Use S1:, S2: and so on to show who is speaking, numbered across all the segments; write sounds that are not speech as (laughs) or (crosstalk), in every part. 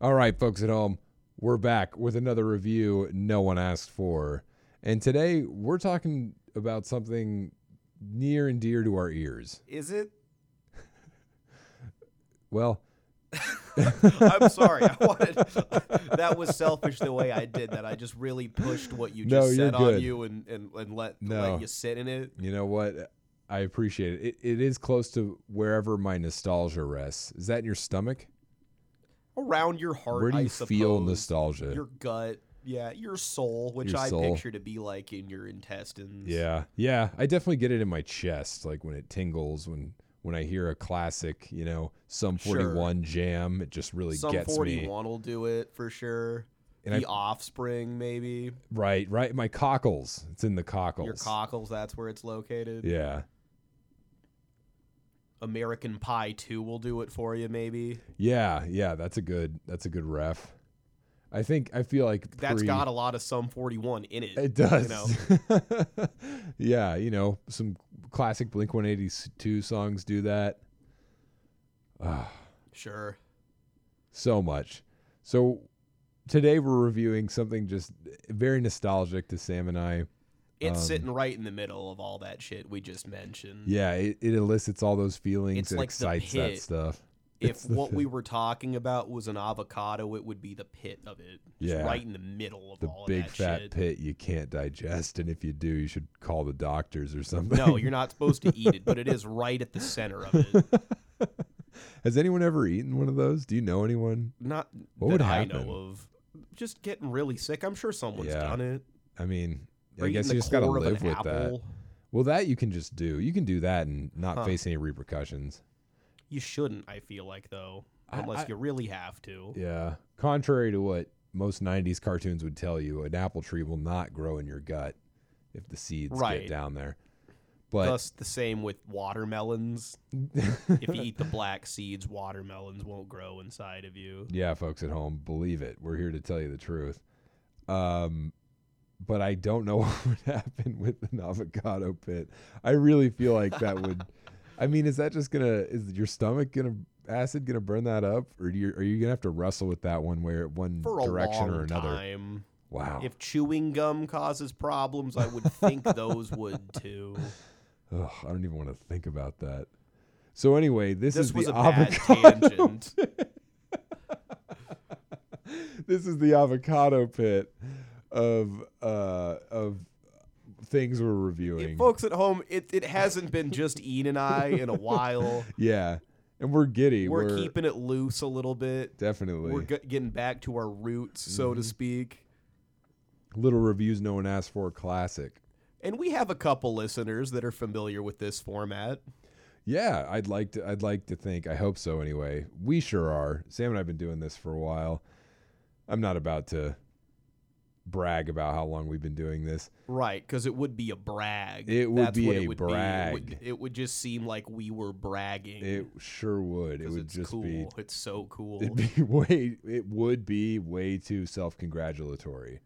S1: All right, folks at home, we're back with another review no one asked for. And today we're talking about something near and dear to our ears.
S2: Is it?
S1: Well,
S2: I'm sorry. I wanted (laughs) that was selfish the way I did that. I just really pushed what you
S1: No,
S2: just
S1: you're
S2: said on
S1: good.
S2: you and, and, and let
S1: No.
S2: let you sit in it.
S1: you know what? I appreciate it. it. It is close to wherever my nostalgia rests. Is that in your stomach?
S2: Around your heart.
S1: Where do
S2: I
S1: you feel
S2: suppose.
S1: nostalgia?
S2: Your gut. Yeah, your soul, which
S1: Your
S2: I
S1: soul.
S2: picture to be like in your intestines.
S1: Yeah, yeah. I definitely get it in my chest, like when it tingles when when I hear a classic, you know, some
S2: Sure.
S1: forty one jam. It just really
S2: Some
S1: gets
S2: forty
S1: me.
S2: one will do it for sure.
S1: And
S2: the offspring, maybe.
S1: Right, right. My cockles. It's in the cockles.
S2: Your cockles, that's where it's located.
S1: Yeah,
S2: American Pie 2 will do it for you, maybe.
S1: yeah, yeah. That's a good. That's a good ref. I think I feel like
S2: That's
S1: pre-
S2: got a lot of some 41 in it.
S1: (laughs) It does.
S2: You
S1: (laughs)
S2: know?
S1: yeah, you know, some classic Blink One Eighty Two songs do that. Ah,
S2: Sure.
S1: so much. So today we're reviewing something just very nostalgic to Sam and I.
S2: Mm-hmm. It's
S1: Um,
S2: sitting right in the middle of all that shit we just mentioned.
S1: Yeah, it, it elicits all those feelings.
S2: It's
S1: it
S2: like the
S1: excites that
S2: pit.
S1: stuff.
S2: if what we were talking about was an avocado, it would be the pit of it. Just
S1: Yeah.
S2: Right in the middle of
S1: The
S2: all
S1: big
S2: of that
S1: fat
S2: shit.
S1: pit you can't digest, and if you do, you should call the doctors or something. (laughs)
S2: No, you're not supposed to eat it, but it is right at the center of it.
S1: Has anyone ever eaten one of those? Do you know anyone?
S2: Not
S1: What
S2: that
S1: would
S2: I
S1: happen?
S2: know of. Just getting really sick. I'm sure someone's
S1: Yeah.
S2: done it.
S1: I mean,
S2: Or
S1: I
S2: eating
S1: guess
S2: the
S1: you just gotta
S2: core of an
S1: live with that.
S2: apple.
S1: Well, that you can just do. You can do that and not
S2: Huh.
S1: face any repercussions.
S2: You shouldn't, I feel like, though,
S1: I-
S2: unless
S1: I-
S2: you really have to.
S1: Yeah. Contrary to what most 90s cartoons would tell you, an apple tree will not grow in your gut if the seeds
S2: Right.
S1: get down there. But
S2: Thus, the same with
S1: (laughs)
S2: watermelons. if you eat the black seeds, watermelons won't grow inside of you.
S1: yeah, folks at home, believe it. We're here to tell you the truth. Um, but I don't know (laughs) what would happen with an avocado pit. I really feel like that
S2: (laughs)
S1: would. I mean, is that just gonna? Is your stomach gonna acid gonna burn that up, or do you, are you gonna have to wrestle with that one way, one
S2: For a
S1: direction
S2: long
S1: or another?
S2: time.
S1: Wow.
S2: If chewing gum causes problems, I would
S1: (laughs)
S2: think those would too.
S1: Ugh, I don't even want to think about that. So anyway, this,
S2: This
S1: is
S2: was
S1: the
S2: a
S1: avocado.
S2: bad
S1: (laughs)
S2: tangent.
S1: This is the avocado pit of uh, of things we're reviewing.
S2: Folks at home, it, it hasn't been just Ian and I in
S1: (laughs)
S2: a while.
S1: yeah, and we're giddy.
S2: We're, keeping it loose a little bit.
S1: definitely
S2: We're g- getting back to our roots, so
S1: Mm-hmm.
S2: to speak.
S1: little reviews no one asked for. Classic.
S2: And we have a couple listeners that are familiar with this format.
S1: Yeah, I'd like to. I'd like to think. I hope so. Anyway, we sure are. Sam and I've been doing this for a while. I'm not about to brag about how long we've been doing this.
S2: Right, because it would be a brag.
S1: It would
S2: That's
S1: be
S2: what
S1: a
S2: it would Be. It,
S1: brag.
S2: would, it would just seem like we were bragging.
S1: It sure would. It
S2: 'cause
S1: would
S2: it's
S1: just
S2: cool.
S1: be
S2: It's so cool.
S1: It'd be (laughs) way. It would be way too self-congratulatory.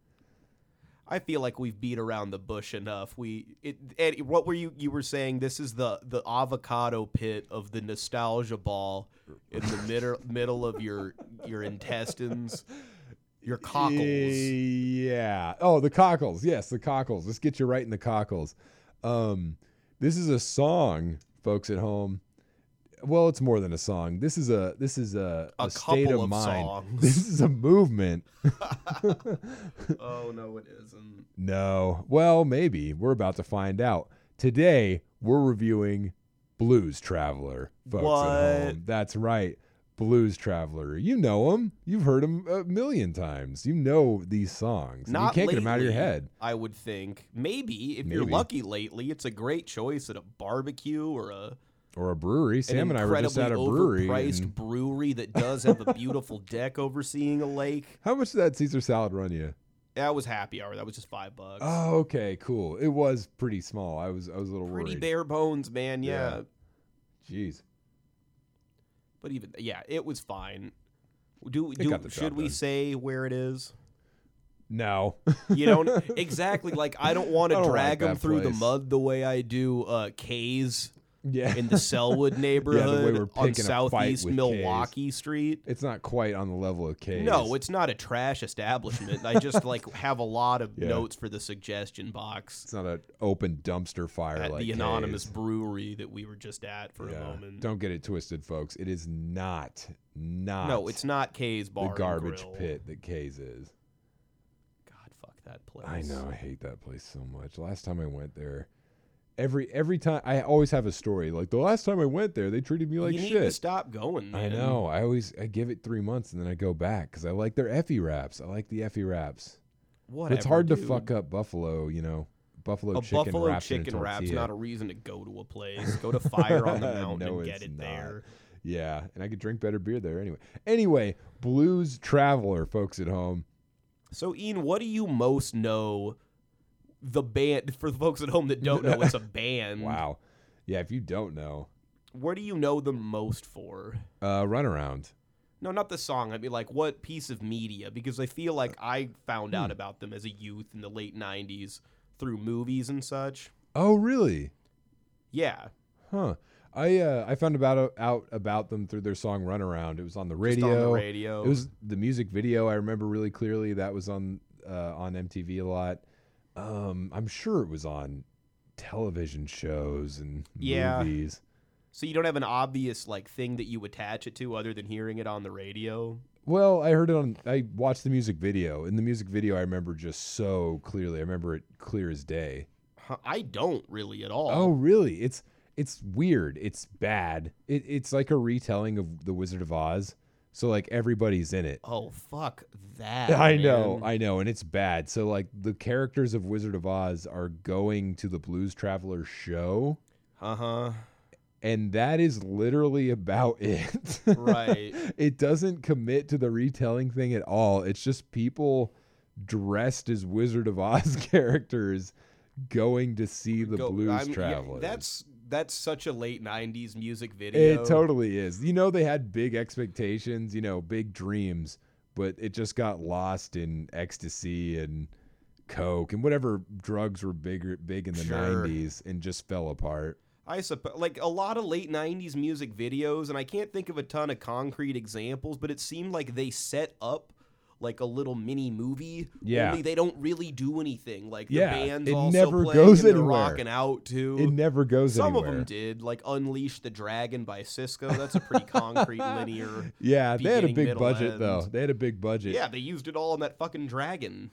S2: I feel like we've beat around the bush enough. We it, Eddie, what were you you were saying? This is the the avocado pit of the nostalgia ball in the middle middle of your your intestines, your cockles.
S1: Yeah. Oh, the cockles. Yes, the cockles. Let's get you right in the cockles. Um, this is a song, folks at home. Well, it's more than a song. This is a this is a,
S2: A
S1: state
S2: couple
S1: of
S2: of
S1: mind. (laughs)
S2: songs.
S1: This is a movement.
S2: Oh no, it isn't.
S1: No. Well, maybe we're about to find out today. We're reviewing Blues Traveler, folks at
S2: What?
S1: home. That's right, Blues Traveler. You know them. You've heard them a million times. You know these songs. and
S2: Not
S1: you can't get them out of your
S2: lately,
S1: head.
S2: I would think maybe if you're
S1: Maybe.
S2: lucky lately, it's a great choice at a barbecue or a
S1: Or a brewery. Sam
S2: an
S1: and I were just at a
S2: incredibly
S1: brewery.
S2: overpriced
S1: and-
S2: brewery that does have a beautiful deck overseeing a lake.
S1: (laughs) How much did that Caesar salad run you?
S2: That was happy hour. That was just five bucks.
S1: Oh, okay, cool. It was pretty small. I was I was a little
S2: Pretty
S1: worried.
S2: bare bones, man. Yeah.
S1: Yeah. Jeez.
S2: but even yeah, it was fine. Do,
S1: It
S2: do
S1: got the
S2: should
S1: job
S2: we
S1: done.
S2: say where
S1: (laughs)
S2: it is?
S1: No.
S2: You don't exactly like I don't
S1: (laughs)
S2: want
S1: I
S2: to
S1: don't
S2: drag
S1: like
S2: them
S1: that
S2: through the
S1: place.
S2: mud the way I do uh K's
S1: Yeah.
S2: in the Selwood neighborhood
S1: we're
S2: on
S1: picking a fight
S2: Southeast
S1: with K's.
S2: Milwaukee Street.
S1: (laughs) it's not quite on the level of K's.
S2: No, it's not a trash establishment. I
S1: (laughs)
S2: just like have a lot of
S1: Yeah.
S2: notes for the suggestion box
S1: it's not an open dumpster fire
S2: at
S1: like
S2: the anonymous
S1: K's.
S2: brewery that we were just at for a
S1: Yeah.
S2: moment.
S1: Don't get it twisted, folks. It is not not
S2: no, it's not K's
S1: the
S2: bar. and
S1: garbage
S2: Grill.
S1: pit that K's is.
S2: God, fuck that place.
S1: I know I hate that place so much. Last time I went there, every every time I always have a story. Like the last time I went there, they treated me like
S2: you need to
S1: shit.
S2: stop going.
S1: I
S2: man.
S1: know. I always I give it three months and then I go back because I like their effie wraps. I like the effie wraps. But
S2: Whatever,
S1: it's hard to
S2: dude.
S1: fuck up buffalo. You know, buffalo
S2: A
S1: chicken
S2: buffalo
S1: wraps in a
S2: chicken wrap's
S1: tortilla.
S2: not a reason to go to a place. Go to Fire
S1: (laughs)
S2: on the Mountain
S1: No,
S2: and get
S1: it's
S2: it
S1: not.
S2: there. (laughs)
S1: Yeah, and I could drink better beer there anyway. Anyway, blues traveler, folks at home.
S2: So, Ian, what do you most know? The band for the folks at home that don't know,
S1: (laughs)
S2: it's a band.
S1: Wow. Yeah, if you don't know,
S2: What do you know the most for?
S1: uh, runaround.
S2: No, not the song. I mean, like, what piece of media? Because I feel like I found
S1: Hmm.
S2: out about them as a youth in the late '90s through movies and such.
S1: Oh, really?
S2: Yeah,
S1: Huh. I uh, I found about out about them through their song "Runaround." It was on the
S2: just
S1: radio.
S2: on the radio.
S1: It was the music video. I remember really clearly. That was on uh, on MTV a lot. Um, I'm sure it was on television shows and
S2: Yeah.
S1: movies.
S2: so you don't have an obvious like thing that you attach it to other than hearing it on the radio.
S1: Well, I heard it on. I watched the music video. In the music video, I remember just so clearly. I remember it clear as day.
S2: Huh, I don't really at all.
S1: Oh, really? It's it's weird. It's bad. It, it's like a retelling of The Wizard of Oz. So like everybody's in it.
S2: Oh, fuck (laughs)
S1: (laughs)
S2: that.
S1: I know,
S2: man.
S1: I know, and it's bad. So like the characters of Wizard of Oz are going to the Blues Traveler show,
S2: Uh huh.
S1: and that is literally about (laughs) it.
S2: Right.
S1: (laughs) it doesn't commit to the retelling thing at all. It's just people dressed as Wizard of Oz (laughs) characters going to see the
S2: Go-
S1: Blues
S2: I'm- yeah,
S1: Traveler.
S2: that's that's such a late '90s music video.
S1: It totally is. You know, they had big expectations, you know, big dreams, but it just got lost in ecstasy and coke and whatever drugs were bigger, big in the
S2: Sure.
S1: 90s and just fell apart.
S2: I suppose, like a lot of late '90s music videos, and I can't think of a ton of concrete examples, but it seemed like they set up like a little mini movie.
S1: Yeah.
S2: Only they don't really do anything. Like the
S1: Yeah,
S2: band's
S1: it
S2: also
S1: never
S2: playing
S1: goes
S2: and they're
S1: anywhere.
S2: rocking out too.
S1: It never goes
S2: Some
S1: anywhere.
S2: of them did, like "Unleash the Dragon" by Cisco. That's a pretty concrete,
S1: (laughs)
S2: linear.
S1: Yeah, they had a
S2: Beginning,
S1: big
S2: middle,
S1: budget, though.
S2: end.
S1: They had a big budget.
S2: Yeah, they used it all on that fucking
S1: (laughs)
S2: dragon.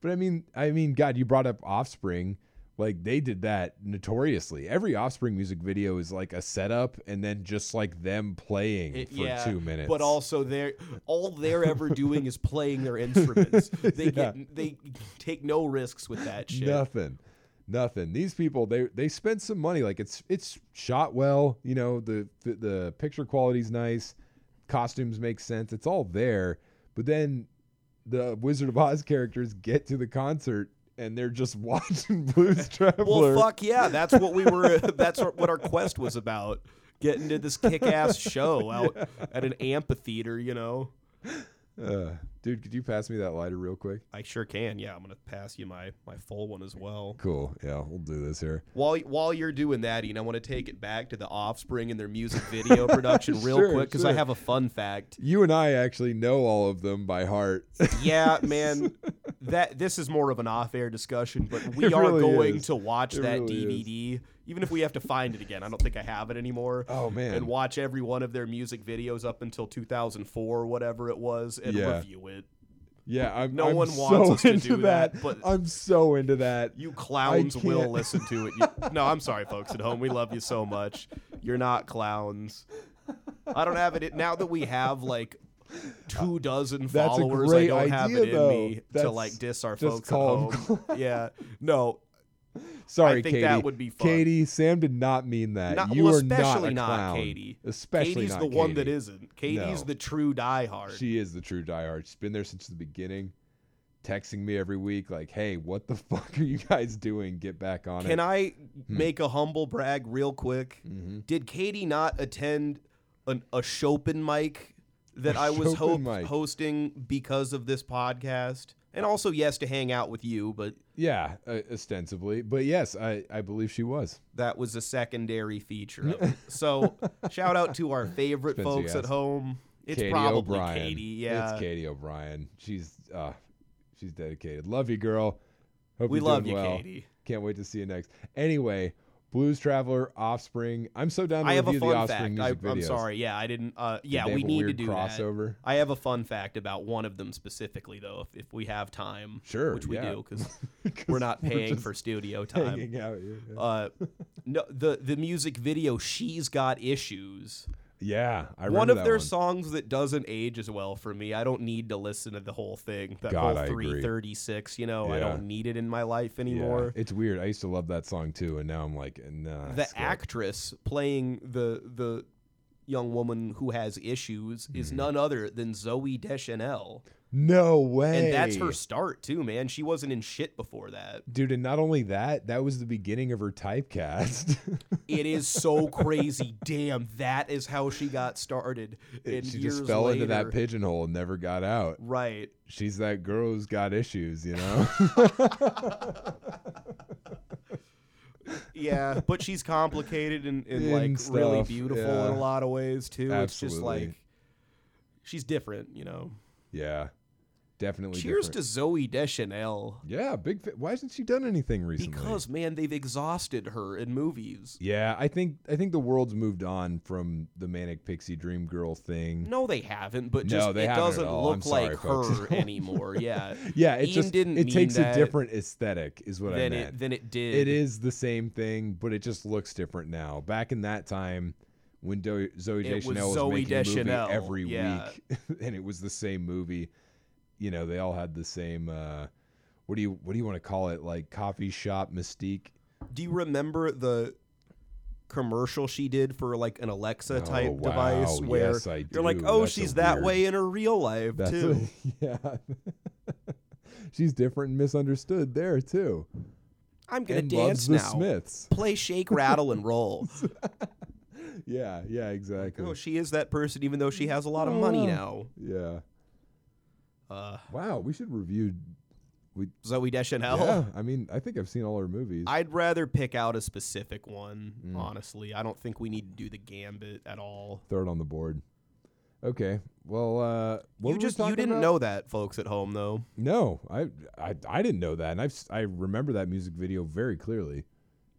S1: But I mean, I mean, God, you brought up Offspring. Like they did that notoriously. Every Offspring music video is like a setup, and then just like them playing
S2: It-
S1: for two minutes.
S2: But also, they're all they're ever doing is playing their
S1: (laughs)
S2: instruments. They get they take no risks with that shit.
S1: Nothing. Nothing. These people they they spent some money. Like it's it's shot well. You know the the, the picture quality's nice. Costumes make sense. It's all there. But then the Wizard of Oz characters get to the concert and they're just (laughs) watching Blues Traveler.
S2: Well, fuck yeah, that's what we were. (laughs) That's what what our quest was about. Getting to
S1: (laughs)
S2: this kick-ass show out at an amphitheater. You know,
S1: Uh, dude, could you pass me that lighter real quick?
S2: I sure can. Yeah, I'm gonna pass you my my full one as well.
S1: Cool. Yeah, we'll do this here.
S2: While while you're doing that, Ian, I want to take it back to the Offspring and their music video (laughs) production real
S1: Sure,
S2: quick because I
S1: sure.
S2: have a fun fact.
S1: You and I actually know all of them by
S2: (laughs)
S1: heart.
S2: Yeah, man. That this is more of an off-air discussion, but we
S1: It
S2: are
S1: really
S2: going
S1: is.
S2: to watch
S1: It
S2: that
S1: really is.
S2: DVD, even if we have to find it again. I don't think I have it anymore.
S1: Oh, man.
S2: And watch every one of their music videos up until 2004, or whatever it was, and
S1: Yeah.
S2: review it.
S1: yeah, I'm.
S2: No
S1: I'm
S2: one
S1: so
S2: wants us to
S1: into
S2: do that, but-
S1: I'm so into that.
S2: You clowns will
S1: can't.
S2: listen to it. You- no, I'm sorry, folks at home. We love you so much. You're not clowns. I don't have it now that we have like. Two dozen
S1: Uh, That's a
S2: followers. I
S1: great
S2: don't have
S1: idea,
S2: it in
S1: though.
S2: me to
S1: That's-
S2: like diss our
S1: just
S2: folks at
S1: call 'em
S2: home. (laughs) yeah, no,
S1: Sorry,
S2: I think
S1: Katie.
S2: that would be fun.
S1: Katie, Sam did not mean that.
S2: Not-
S1: you
S2: well,
S1: are not
S2: especially
S1: a
S2: not
S1: clown.
S2: Katie.
S1: Especially
S2: Katie's
S1: not
S2: the one that
S1: Katie.
S2: isn't. Katie's
S1: No.
S2: the true diehard.
S1: She is the true diehard. She's been there since the beginning, texting me every week like, "Hey, what the (laughs) fuck are you guys doing? Get back on
S2: Can
S1: it."
S2: I
S1: Hmm.
S2: make a humble brag real quick?
S1: Mhm.
S2: Did Katie not attend an, a Chopin mic that
S1: A
S2: I was ho-
S1: Chopin mic.
S2: hosting because of this podcast? And also, yes, to hang out with you, but
S1: Yeah, uh, ostensibly, but yes, I I believe she was.
S2: that was a secondary feature. Of it.
S1: (laughs)
S2: So, shout out to our favorite
S1: Spencer,
S2: folks at
S1: yes.
S2: home. It's
S1: Katie
S2: probably
S1: O'Brien.
S2: Katie. Yeah.
S1: it's Katie O'Brien. She's uh, she's dedicated. Love you, girl. Hope
S2: We
S1: you're
S2: love you,
S1: doing well.
S2: Katie.
S1: Can't wait to see you next. Anyway, Blues Traveler, Offspring. I'm so down to
S2: I have a
S1: review the
S2: fun
S1: Offspring
S2: fact. I,
S1: music
S2: I'm
S1: videos.
S2: sorry. Yeah, I didn't. Uh,
S1: Did
S2: yeah,
S1: they
S2: we
S1: have a
S2: need to
S1: weird
S2: do that.
S1: crossover.
S2: (laughs) I have a fun fact about one of them specifically, though, if, if we have time.
S1: Sure,
S2: Which we
S1: yeah.
S2: do
S1: (laughs)
S2: because
S1: 'Cause
S2: we're not paying
S1: just
S2: for studio time.
S1: (laughs) hanging out. here. Yeah.
S2: Uh, no, the the music video "She's Got Issues."
S1: Yeah, I
S2: One
S1: remember
S2: of
S1: that
S2: their songs that doesn't age as well for me. I don't need to listen to the whole thing. That
S1: God, I
S2: whole
S1: agree.
S2: three thirty six. You know, I
S1: Yeah.
S2: don't need it in my life
S1: Yeah,
S2: anymore.
S1: It's weird. I used to love that song too, and now I'm like, nah.
S2: the
S1: skip.
S2: actress playing the the young woman who has issues is
S1: Mm-hmm.
S2: none other than Zoe Deschanel,
S1: No way.
S2: and that's her start too, man. She wasn't in shit before that.
S1: Dude, and not only that, that was the beginning of her typecast. (laughs)
S2: It is so crazy. Damn, that is how she got started. And
S1: she
S2: years
S1: just fell into that
S2: later-
S1: pigeonhole and never got out.
S2: Right.
S1: She's that girl who's got issues, you know?
S2: (laughs)
S1: (laughs)
S2: Yeah, but she's complicated and, and
S1: And
S2: like really
S1: stuff,
S2: beautiful in
S1: yeah.
S2: a lot of ways too. It's just
S1: Absolutely.
S2: like she's different, you know.
S1: yeah. Definitely.
S2: Cheers
S1: different.
S2: to Zoe Deschanel.
S1: Yeah, big. Fa- Why hasn't she done anything recently?
S2: Because man, they've exhausted her in movies.
S1: Yeah, I think I think the world's moved on from the manic pixie dream girl thing.
S2: No, they haven't. But
S1: No,
S2: just
S1: they
S2: it
S1: haven't at
S2: doesn't
S1: all. I'm
S2: look
S1: sorry,
S2: like
S1: folks. (laughs)
S2: her anymore. Yeah,
S1: Yeah, it
S2: Ian
S1: just
S2: didn't
S1: it
S2: mean
S1: takes
S2: that
S1: a different aesthetic, is what I
S2: than
S1: meant.
S2: it than it did.
S1: it is the same thing, but it just looks different now. Back in that time, when Do- Zoe
S2: It was
S1: Deschanel was,
S2: Zoe
S1: making
S2: Deschanel,
S1: a movie every
S2: yeah.
S1: week, (laughs) and it was the same movie, you know, they all had the same. Uh, what do you what do you want to call it? Like coffee shop mystique?
S2: Do you remember the commercial she did for like an Alexa type
S1: Oh, wow.
S2: device where
S1: Yes, I
S2: you're like,
S1: do.
S2: oh,
S1: That's a
S2: she's that
S1: weird-
S2: way in her real life
S1: That's
S2: too.
S1: (laughs) yeah. (laughs) She's different and misunderstood there too.
S2: I'm gonna
S1: and loves
S2: dance
S1: the
S2: now.
S1: Smiths.
S2: Play shake, rattle, and
S1: (laughs)
S2: roll.
S1: Yeah, yeah, exactly.
S2: oh, she is that person, even though she has a lot of
S1: Oh.
S2: money now.
S1: yeah.
S2: Uh,
S1: Wow, we should review.
S2: Zoe Deschanel.
S1: Yeah, I mean, I think I've seen all her movies.
S2: I'd rather pick out a specific one,
S1: Mm.
S2: honestly. I don't think we need to do the gambit at all.
S1: Throw it on the board. Okay. Well, uh, what were
S2: you
S1: we
S2: just you
S1: talking
S2: didn't
S1: about?
S2: know that, folks at home, though.
S1: No, I, I, I didn't know that, and I've, si remember that music video very clearly,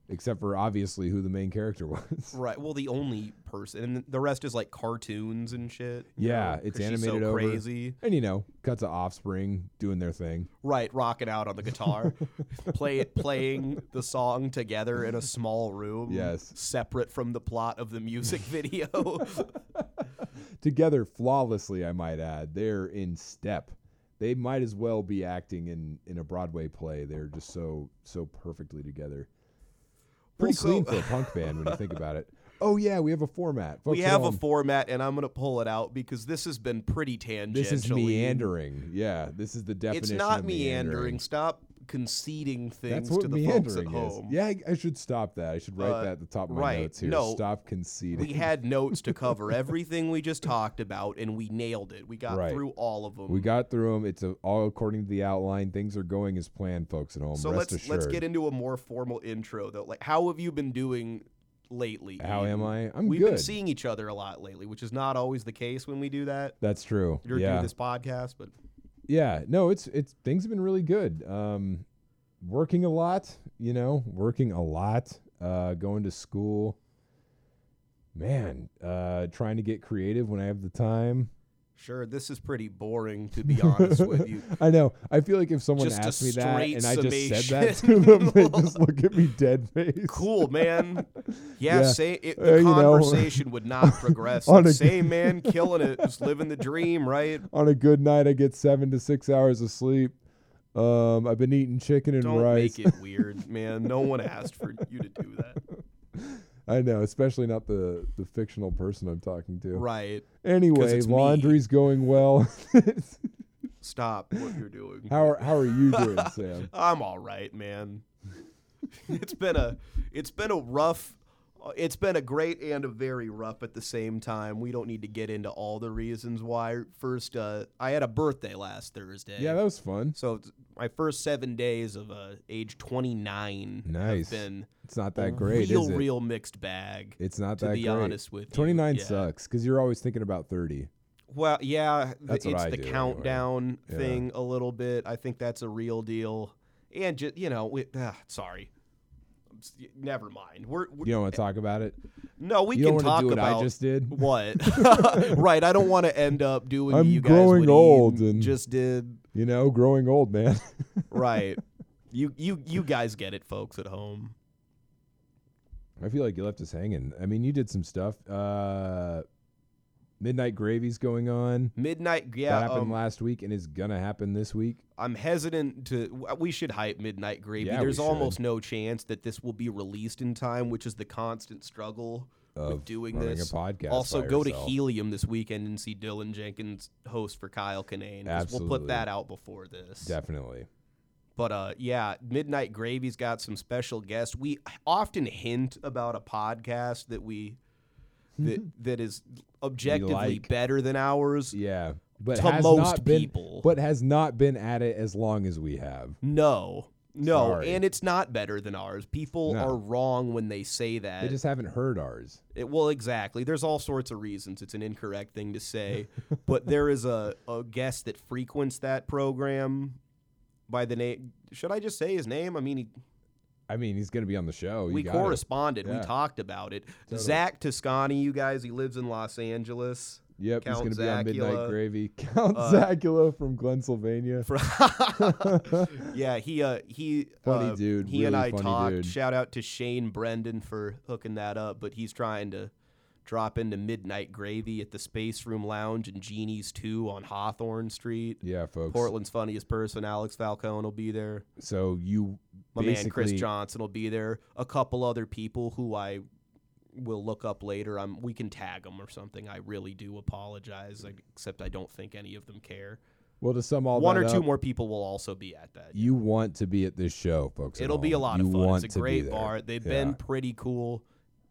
S1: except for obviously who the main character (laughs) was.
S2: Right. Well, the only person, and the rest is like cartoons and shit. you
S1: Yeah,
S2: know,
S1: it's
S2: 'cause she's so
S1: animated over.
S2: crazy.
S1: And you know, cuts of Offspring doing their thing.
S2: Right, rocking out on
S1: (laughs)
S2: the guitar, play playing the song together in a small room.
S1: Yes.
S2: separate from the plot of
S1: (laughs)
S2: the music video.
S1: together flawlessly, I might add. They're in step. They might as well be acting in in a Broadway play. They're just so so perfectly together. Pretty
S2: so-
S1: clean for a punk band when you think about
S2: (laughs)
S1: it. Oh yeah, we have a format. Folks
S2: we
S1: at
S2: have a
S1: home,
S2: format, and I'm gonna pull it out because this has been pretty tangential.
S1: this is
S2: Ian.
S1: meandering. Yeah, this is the definition.
S2: It's not
S1: of
S2: meandering. Stop conceding things
S1: That's what
S2: to the folks at
S1: meandering is.
S2: home.
S1: Yeah, I, I should stop that. I should write
S2: Uh,
S1: that at the top of my
S2: right.
S1: notes here.
S2: No.
S1: stop conceding.
S2: We had notes
S1: (laughs)
S2: to cover everything we just talked about, and we nailed it. We got
S1: Right.
S2: through all of them.
S1: we got through them. It's a, all according to the outline. Things are going as planned, folks at home.
S2: so
S1: Rest
S2: let's
S1: assured.
S2: let's get into a more formal intro though. Like, how have you been doing lately?
S1: How
S2: Ian?
S1: am I? I'm
S2: We've
S1: good.
S2: been seeing each other a lot lately, which is not always the case when we do that
S1: That's true.
S2: or
S1: yeah.
S2: do this podcast. But
S1: Yeah. No, it's it's things have been really good. Um working a lot, you know, working a lot, uh going to school. Man, uh trying to get creative when I have the time.
S2: sure, this is pretty boring
S1: (laughs)
S2: to be honest with you.
S1: I know. I feel like if someone
S2: Just a
S1: asked me that
S2: straight
S1: and I just said that (laughs) to
S2: summation.
S1: them,
S2: (laughs)
S1: they just look at me dead face.
S2: Cool,
S1: (laughs)
S2: man. Yeah,
S1: Yeah.
S2: say it,
S1: Uh,
S2: the
S1: you know,
S2: conversation
S1: (laughs)
S2: would not progress.
S1: on
S2: Like,
S1: a- (laughs)
S2: same man, killing it, just living the dream, right?
S1: On a good night I get 7 to 6 hours of sleep. Um I've been eating chicken and
S2: Don't
S1: rice.
S2: make it weird, man. No one asked for you to
S1: (laughs)
S2: do that,
S1: I know, especially not the the fictional person I'm talking to.
S2: right?
S1: Anyway,
S2: it's me.
S1: laundry's going well. (laughs)
S2: Stop what you're doing.
S1: how are how are
S2: (laughs)
S1: you doing, Sam?
S2: I'm all right, man. It's been a it's been a rough Uh, It's been a great and a very rough at the same time. We don't need to get into all the reasons why. First, uh, I had a birthday last Thursday.
S1: Yeah, that was fun.
S2: so it's- my first seven days of uh, age 29
S1: Nice.
S2: have been
S1: It's not that
S2: a
S1: great,
S2: real,
S1: is it?
S2: real mixed bag.
S1: it's not
S2: to
S1: that
S2: be
S1: great.
S2: honest with you,
S1: 29
S2: yeah.
S1: sucks because you're always thinking about 30.
S2: Well, yeah, th-
S1: That's what
S2: it's
S1: I
S2: the
S1: do anyway.
S2: countdown
S1: Yeah.
S2: thing a little bit. I think that's a real deal. And just you know, we, ah, sorry, I'm s- y- never mind. We're, we're
S1: You don't want to talk about it?
S2: no, we
S1: you
S2: can
S1: don't wanna
S2: talk
S1: do what
S2: about
S1: I just did?
S2: (laughs) what. (laughs) right, I don't want to end up doing. what
S1: I'm
S2: you guys
S1: growing
S2: would
S1: old
S2: Ian
S1: and-
S2: just did
S1: You know, growing old, man. (laughs)
S2: right. you you you guys get it, folks at home.
S1: I feel like you left us hanging. I mean, you did some stuff. Uh, Midnight Gravy's going on.
S2: Midnight, yeah.
S1: that happened
S2: um,
S1: last week and is gonna happen this week.
S2: I'm hesitant to. w- We should hype Midnight Gravy.
S1: Yeah, we
S2: There's
S1: should.
S2: almost no chance that this will be released in time, which is the constant struggle
S1: Of
S2: with doing
S1: running
S2: this.
S1: a podcast.
S2: also,
S1: by
S2: go to
S1: yourself.
S2: Helium this weekend and see Dylan Jenkins host for Kyle Kinane. 'cause We'll
S1: Absolutely.
S2: put that out before this.
S1: Definitely.
S2: But uh, yeah, Midnight Gravy's got some special guests. We often hint about a podcast that we
S1: (laughs)
S2: that that is objectively
S1: like.
S2: better than ours
S1: Yeah, but
S2: to
S1: has
S2: most
S1: not been,
S2: people.
S1: but has not been at it as long as we have.
S2: No. No,
S1: Sorry.
S2: and it's not better than ours. People
S1: No.
S2: are wrong when they say that.
S1: They just haven't heard ours.
S2: It- well, exactly. There's all sorts of reasons it's an incorrect thing
S1: (laughs)
S2: to say, but there is a, a guest that frequents that program by the name. Should I just say his name? I mean, he,
S1: I mean, he's gonna be on the show.
S2: we
S1: you got it.
S2: corresponded.
S1: Yeah.
S2: We talked about it.
S1: Totally.
S2: Zach Toscani, you guys, he lives in Los
S1: (laughs)
S2: Angeles. (laughs)
S1: Yep, he's
S2: Count
S1: gonna be on Midnight
S2: Zacula.
S1: Gravy. (laughs) Count
S2: Uh,
S1: Zacula from Glensylvania.
S2: Fr- yeah, he uh he
S1: Funny
S2: uh,
S1: dude,
S2: He and
S1: really
S2: I
S1: funny
S2: talked.
S1: dude.
S2: Shout out to Shane Brendan for hooking that up, but he's trying to drop into Midnight Gravy at the Space Room Lounge and Genie's Two on Hawthorne Street.
S1: (laughs) yeah, folks.
S2: Portland's funniest person, Alex Falcone, will be there.
S1: So you
S2: My man Chris
S1: basically-
S2: Johnson will be there. A couple other people who I will look up later. i we can tag them or something. I really do apologize, like, except I don't think any of them care.
S1: Well, to sum all
S2: One
S1: that
S2: or two
S1: up,
S2: more people will also be at that.
S1: You want to be at this show, folks. at
S2: It'll be a
S1: home.
S2: lot
S1: You
S2: of fun.
S1: want
S2: It's
S1: to be
S2: a great
S1: there.
S2: bar. They've
S1: Yeah.
S2: been pretty cool.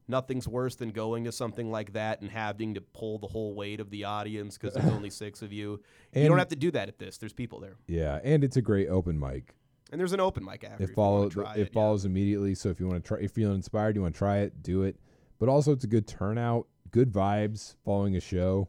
S2: Nothing's worse than going to something like that and having to pull the whole weight of the audience because
S1: (laughs)
S2: there's only six of you. you
S1: And-
S2: don't have to do that at this. There's people there,
S1: Yeah, and it's a great open mic.
S2: and there's an open mic after. if
S1: it
S2: you wanna
S1: follows
S2: try
S1: it,
S2: it, yeah.
S1: follows immediately so if you want to try if you're inspired you want to try it do it but also it's a good turnout good vibes following a show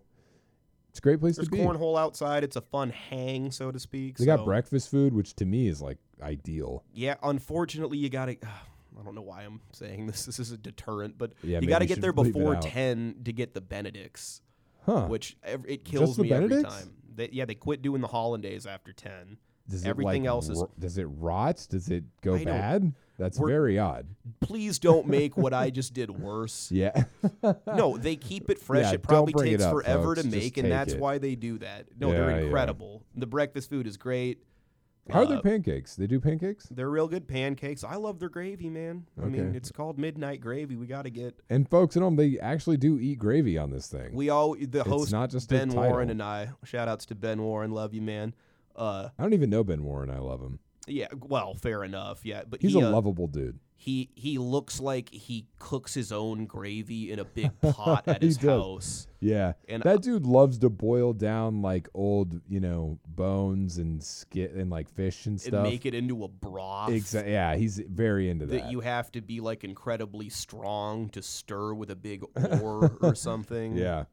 S1: it's a great place
S2: There's
S1: to be
S2: cornhole outside. It's a fun hang, so to speak.
S1: they
S2: so,
S1: got breakfast food which to me is like ideal
S2: Yeah, unfortunately, you got to. I don't know why I'm saying this. (laughs) This is a deterrent, but
S1: Yeah,
S2: you
S1: maybe
S2: got to
S1: we
S2: get
S1: should
S2: there
S1: leave it
S2: before
S1: out.
S2: ten to get the Benedicts,
S1: huh
S2: which ev- it kills
S1: the
S2: me every
S1: Benedicts?
S2: time. They, yeah, they quit doing the hollandaise after ten.
S1: does
S2: everything
S1: like,
S2: else is-
S1: ro- does it rot does it go
S2: I don't-
S1: bad that's
S2: We're-
S1: very odd
S2: please don't make what I just did worse.
S1: (laughs) yeah
S2: No, they keep it fresh.
S1: Yeah,
S2: it probably
S1: don't bring it
S2: takes
S1: up,
S2: forever
S1: folks.
S2: to
S1: Just
S2: make, and
S1: take
S2: that's
S1: it.
S2: why they do that. No, they're
S1: Yeah, yeah.
S2: incredible. The breakfast food is great.
S1: how are their
S2: Uh,
S1: pancakes they do pancakes
S2: They're real good pancakes. I love their gravy, man. I mean,
S1: Okay.
S2: it's called midnight gravy. We got to get
S1: and folks at home they actually do eat gravy on this thing
S2: we all the host
S1: not just a
S2: Ben Warren
S1: title.
S2: and I. Shout outs to Ben Warren. Love you, man. Uh,
S1: i don't even know ben warren i love him
S2: yeah. Well, fair enough. Yeah, but
S1: he's
S2: he,
S1: a
S2: uh,
S1: lovable dude
S2: he he looks like he cooks his own gravy
S1: (laughs)
S2: in a big pot at
S1: He
S2: his
S1: does.
S2: house.
S1: Yeah.
S2: And
S1: that dude loves to boil down like old, you know, bones and skit and like fish and
S2: and
S1: stuff.
S2: make it into a broth.
S1: Exa- yeah, he's very into that.
S2: That you have to be like incredibly strong to stir with
S1: (laughs)
S2: a big oar or something.
S1: yeah.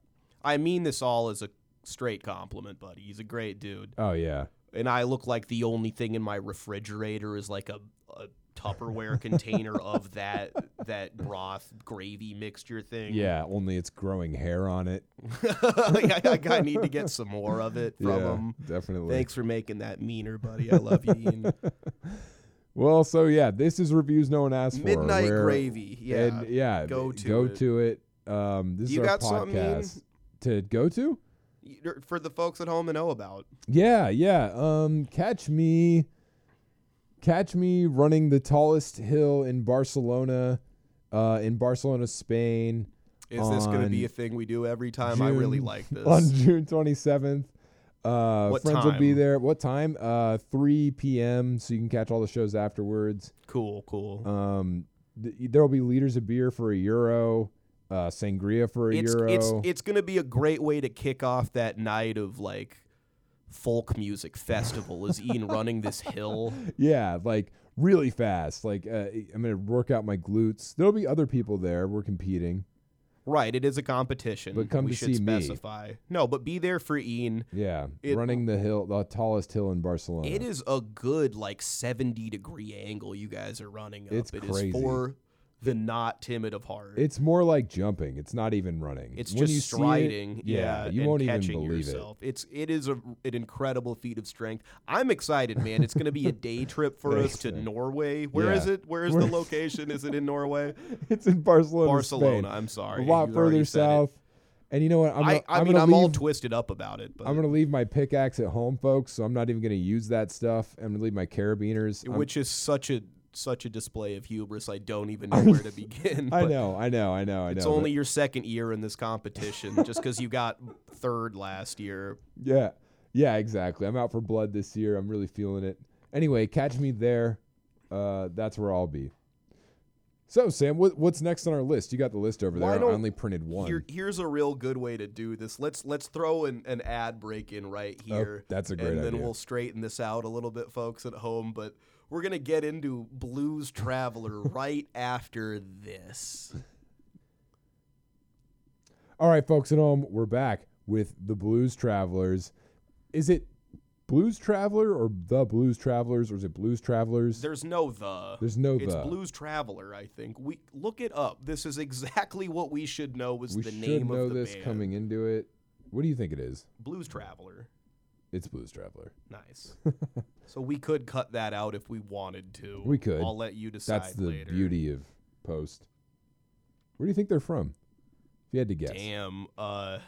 S2: I mean this all as a straight compliment, buddy. He's a great dude.
S1: Oh yeah.
S2: And I look like the only thing in my refrigerator is like a, a
S1: (laughs)
S2: Tupperware container of that that broth gravy mixture thing. (laughs)
S1: Yeah, only it's growing hair on it.
S2: I, I- I need to get some more of it from
S1: yeah,
S2: him.
S1: definitely.
S2: Thanks for making that meaner, buddy. I love you.
S1: (laughs)
S2: Ian.
S1: Well, so yeah, this is reviews no one asked for.
S2: Midnight
S1: where-
S2: gravy. Yeah.
S1: and, yeah.
S2: go
S1: b-
S2: to
S1: go
S2: it.
S1: to it. Um, this
S2: You
S1: is our
S2: got something, Ian?
S1: podcast to go to.
S2: Y- er, For the folks at home to know about.
S1: Yeah, yeah. Um, catch me, catch me running the tallest hill in Barcelona, uh, in Barcelona, Spain,
S2: Is this going to be
S1: on
S2: a thing we do every time? I really
S1: June-
S2: like this.
S1: on (laughs) June twenty seventh. Uh,
S2: What
S1: friends will be
S2: time?
S1: there. What time? Uh, three p.m. So you can catch all the shows afterwards.
S2: cool, cool.
S1: Um, th- there'll be liters of beer for a euro, uh, sangria for a
S2: it's,
S1: euro.
S2: it's it's gonna be a great way to kick off that night of like folk music festival
S1: (laughs)
S2: is Ian running this hill.
S1: yeah, like really fast. Like uh, I'm gonna work out my glutes. There'll be other people there. We're competing.
S2: Right, it is a competition.
S1: But come
S2: we
S1: to
S2: should
S1: see me.
S2: specify. No, but be there for Ian.
S1: Yeah,
S2: It-
S1: running the hill, the tallest hill in Barcelona.
S2: It is a good like 70 degree angle you guys are running up.
S1: It's
S2: It is
S1: crazy.
S2: for the not timid of heart.
S1: It's more like jumping. It's not even running.
S2: it's
S1: When
S2: just
S1: you see it,
S2: striding,
S1: yeah, you
S2: and
S1: won't even
S2: catching
S1: believe
S2: yourself. It's it is a, an incredible feat of strength. I'm excited, man. It's going to be
S1: (laughs)
S2: a day trip for us to Norway. Where is
S1: Yeah.
S2: it? Where is the
S1: (laughs) Where-
S2: location? Is it in Norway?
S1: it. (laughs) It's in Barcelona,
S2: Barcelona.
S1: Spain.
S2: I'm sorry,
S1: a lot
S2: You already
S1: further
S2: said it.
S1: south. And you know what? I'm
S2: I,
S1: gonna-
S2: I
S1: I'm
S2: mean,
S1: gonna
S2: I'm all
S1: leave-
S2: twisted up about it, but
S1: I'm gonna leave my pickaxe at home, folks. So I'm not even gonna use that stuff. I'm gonna leave my carabiners. I'm-
S2: which is such a such a display of hubris. I don't even know where to begin.
S1: (laughs) I
S2: but
S1: know, I know, I know, I know.
S2: It's
S1: but-
S2: only your second year in this competition, just because
S1: (laughs)
S2: you got third last year.
S1: yeah, yeah, exactly. I'm out for blood this year. I'm really feeling it. Anyway, catch me there. Uh, that's where I'll be. So Sam, what, what's next on our list? You got the list over
S2: Why
S1: there. I
S2: don't-
S1: only printed one.
S2: Here, here's a real good way to do this. Let's let's throw an, an ad break in right
S1: Oh,
S2: here.
S1: that's a great
S2: and then
S1: idea.
S2: we'll straighten this out a little bit, folks at home. But we're gonna get into Blues Traveler
S1: (laughs)
S2: right after this.
S1: All right, folks at home, we're back with the Blues Travelers. Is it Blues Traveler or the Blues Travelers or is it Blues Travelers?
S2: There's no the.
S1: There's no
S2: it's
S1: the.
S2: Blues Traveler, I think. We look it up. This is exactly what we should know was
S1: we
S2: the
S1: should
S2: name
S1: know
S2: of the
S1: this
S2: band.
S1: coming into it. What do you think it is?
S2: Blues Traveler.
S1: It's Blues Traveler. (laughs)
S2: Nice. so we could cut that out if we wanted to.
S1: We could.
S2: I'll let you decide
S1: That's the
S2: later.
S1: beauty of Post. Where do you think they're from? If you had to guess.
S2: Damn. Uh,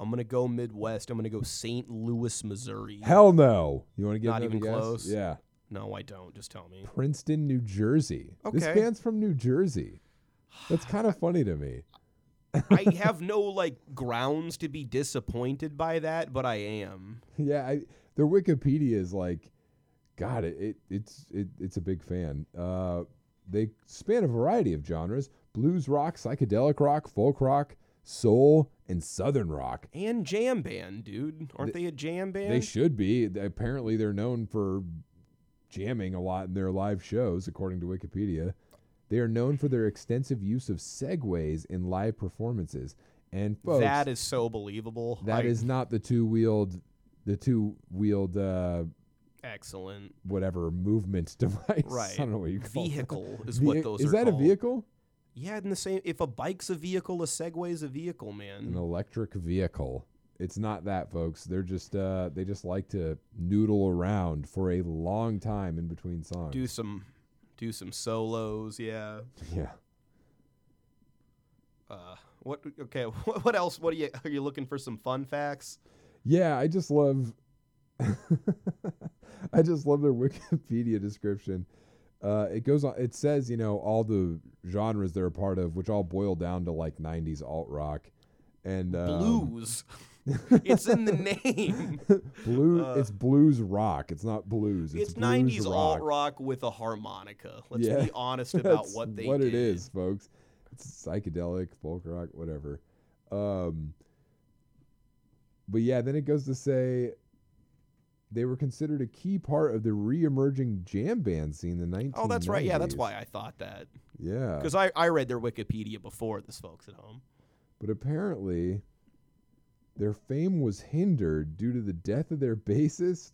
S2: I'm gonna go Midwest. I'm gonna go St. Louis, Missouri.
S1: Hell no. You want to give
S2: Not
S1: another
S2: even
S1: guess?
S2: close?
S1: Yeah.
S2: No, I don't. Just
S1: (laughs)
S2: tell me.
S1: Princeton, New Jersey. This
S2: Okay.
S1: band's from New Jersey. That's kind of funny to me. (laughs)
S2: I have no like grounds to be disappointed by that, but I am.
S1: Yeah, I, their Wikipedia is like, God, it, it it's it, it's a big fan. Uh, they span a variety of genres: blues rock, psychedelic rock, folk rock, soul, and southern rock.
S2: And jam band, dude. Aren't they, a jam band?
S1: They should be. Apparently, they're known for jamming a lot in their live shows, according to Wikipedia. They are known for their extensive use of segues in live performances. And folks,
S2: that is so believable.
S1: that
S2: I-
S1: is not the two wheeled, the two wheeled. Uh, (laughs)
S2: excellent.
S1: whatever movement (laughs) device.
S2: Right.
S1: I don't know what you call
S2: Vehicle
S1: it.
S2: is what
S1: Vehi-
S2: those
S1: is
S2: are
S1: that
S2: called.
S1: a vehicle?
S2: Yeah, in the same. If a bike's a vehicle, a Segway's a vehicle, man.
S1: An electric vehicle. It's not that, folks. They're just uh, they just like to noodle around for a long time in between songs.
S2: Do some, do some solos. Yeah.
S1: Yeah.
S2: Uh, what? Okay. (laughs) What, what else? What are you? Are you looking for some fun facts?
S1: Yeah, I just love (laughs) I just love their (laughs) Wikipedia description. Uh, it goes on it says, you know, all the genres they're a part of, which all boil down to like nineties alt rock. And um, (laughs)
S2: Blues. it's in the name.
S1: Blue,
S2: Uh,
S1: it's blues rock. It's not blues. It's,
S2: It's
S1: blues
S2: nineties
S1: rock.
S2: alt rock with a harmonica. Let's
S1: Yeah. (laughs)
S2: be honest about
S1: That's
S2: what they
S1: what
S2: did.
S1: it is, folks. It's psychedelic, folk rock, whatever. Um, but yeah, then it goes to say they were considered a key part of the re-emerging jam band scene in the 1990s.
S2: Oh, that's right. Yeah, that's why I thought that.
S1: Yeah,
S2: Because I, I read their Wikipedia before this, folks at home.
S1: but apparently their fame was hindered due to the death of their bassist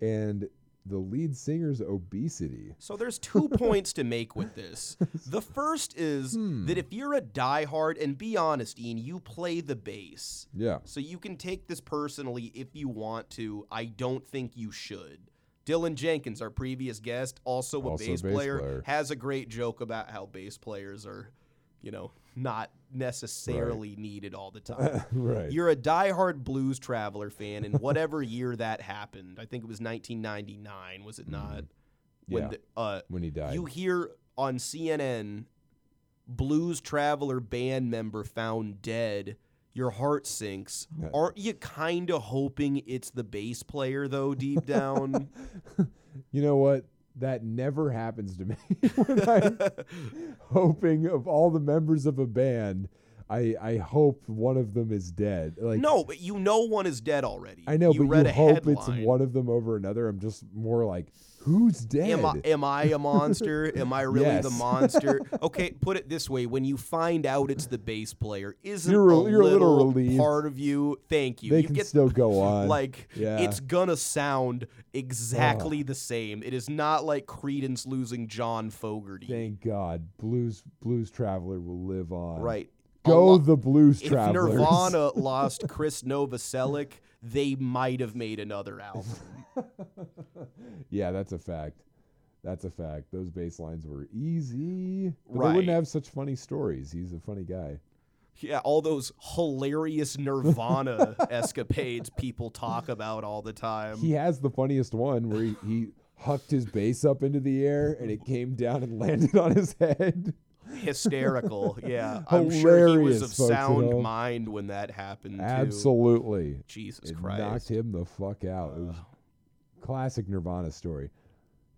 S1: and the lead singer's obesity.
S2: So
S1: (laughs)
S2: there's two points to make with this. The first is
S1: Hmm.
S2: that if you're a diehard, and be honest, Ian, you play the bass.
S1: Yeah.
S2: So you can take this personally if you want to. I don't think you should. Dylan Jenkins, our previous guest, also a
S1: Also
S2: bass,
S1: bass
S2: player,
S1: player.
S2: has a great joke about how bass players are, you know, not necessarily
S1: (laughs)
S2: needed all the time.
S1: right.
S2: Uh, You're a diehard blues traveler fan, and whatever year that happened, I think it was 1999,
S1: (laughs)
S2: was it not?
S1: Mm-hmm.
S2: When
S1: Yeah.
S2: the, uh,
S1: when he died.
S2: you hear on CNN, Blues Traveler band member found dead. Your heart sinks.
S1: Yeah.
S2: Aren't
S1: (laughs)
S2: you kind of hoping it's the bass player though, deep down?
S1: You know what? That never happens to me (laughs) when
S2: (laughs)
S1: I'm hoping of all the members of a band, I I hope one of them is dead. Like
S2: no, but you know one is dead already.
S1: I know,
S2: you
S1: but
S2: read
S1: you
S2: a
S1: hope
S2: headline.
S1: it's one of them over another. I'm just more like, who's dead?
S2: Am I, am I a monster?
S1: (laughs)
S2: Am I really the
S1: Yes. (laughs)
S2: monster? Okay, put it this way: when you find out it's the bass player, isn't
S1: You're
S2: a,
S1: a- you're a little relieved.
S2: part of you? Thank you.
S1: they
S2: you
S1: can
S2: get
S1: still
S2: (laughs)
S1: go on.
S2: like
S1: Yeah.
S2: it's gonna sound exactly the same. It is not like Credence losing John Fogerty,
S1: thank God, blues blues traveler will live on.
S2: right? A
S1: Go
S2: lo-
S1: the blues
S2: if
S1: travelers.
S2: Nirvana lost Chris Novoselic, they might have made another album.
S1: (laughs) yeah, that's a fact. That's a fact. Those bass lines were easy. But They
S2: Right.
S1: wouldn't have such funny stories. He's a funny guy.
S2: Yeah, all those hilarious Nirvana
S1: (laughs)
S2: escapades people talk about all the time.
S1: He has the funniest one where he, he hucked his bass up into the air and it came down and (laughs) landed on his head. (laughs)
S2: Hysterical. Yeah. I'm sure he was
S1: Hilarious,
S2: of
S1: folks at
S2: sound
S1: home.
S2: mind when that happened. Too.
S1: Absolutely.
S2: Jesus
S1: It knocked
S2: Christ.
S1: him the fuck out. It was classic Nirvana story.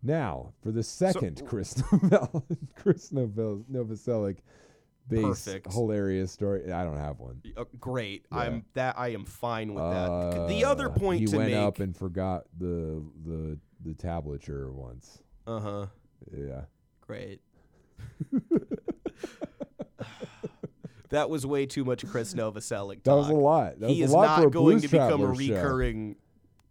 S1: Now, for the second Chris (laughs) Novell, Chris Novell, Novoselic bass
S2: Perfect.
S1: hilarious story. I don't have one.
S2: Uh, great.
S1: Yeah.
S2: I'm that I am fine with that. C- the
S1: Uh,
S2: other point
S1: he
S2: to
S1: went
S2: make
S1: up and forgot the the the tablature once.
S2: Uh-huh.
S1: Yeah. (laughs)
S2: Great. (laughs) that was way too much Chris Novoselic talk.
S1: That was a lot. That
S2: he
S1: was
S2: is
S1: a lot for
S2: not
S1: a
S2: going
S1: Blues
S2: to become a
S1: Traveler show.
S2: recurring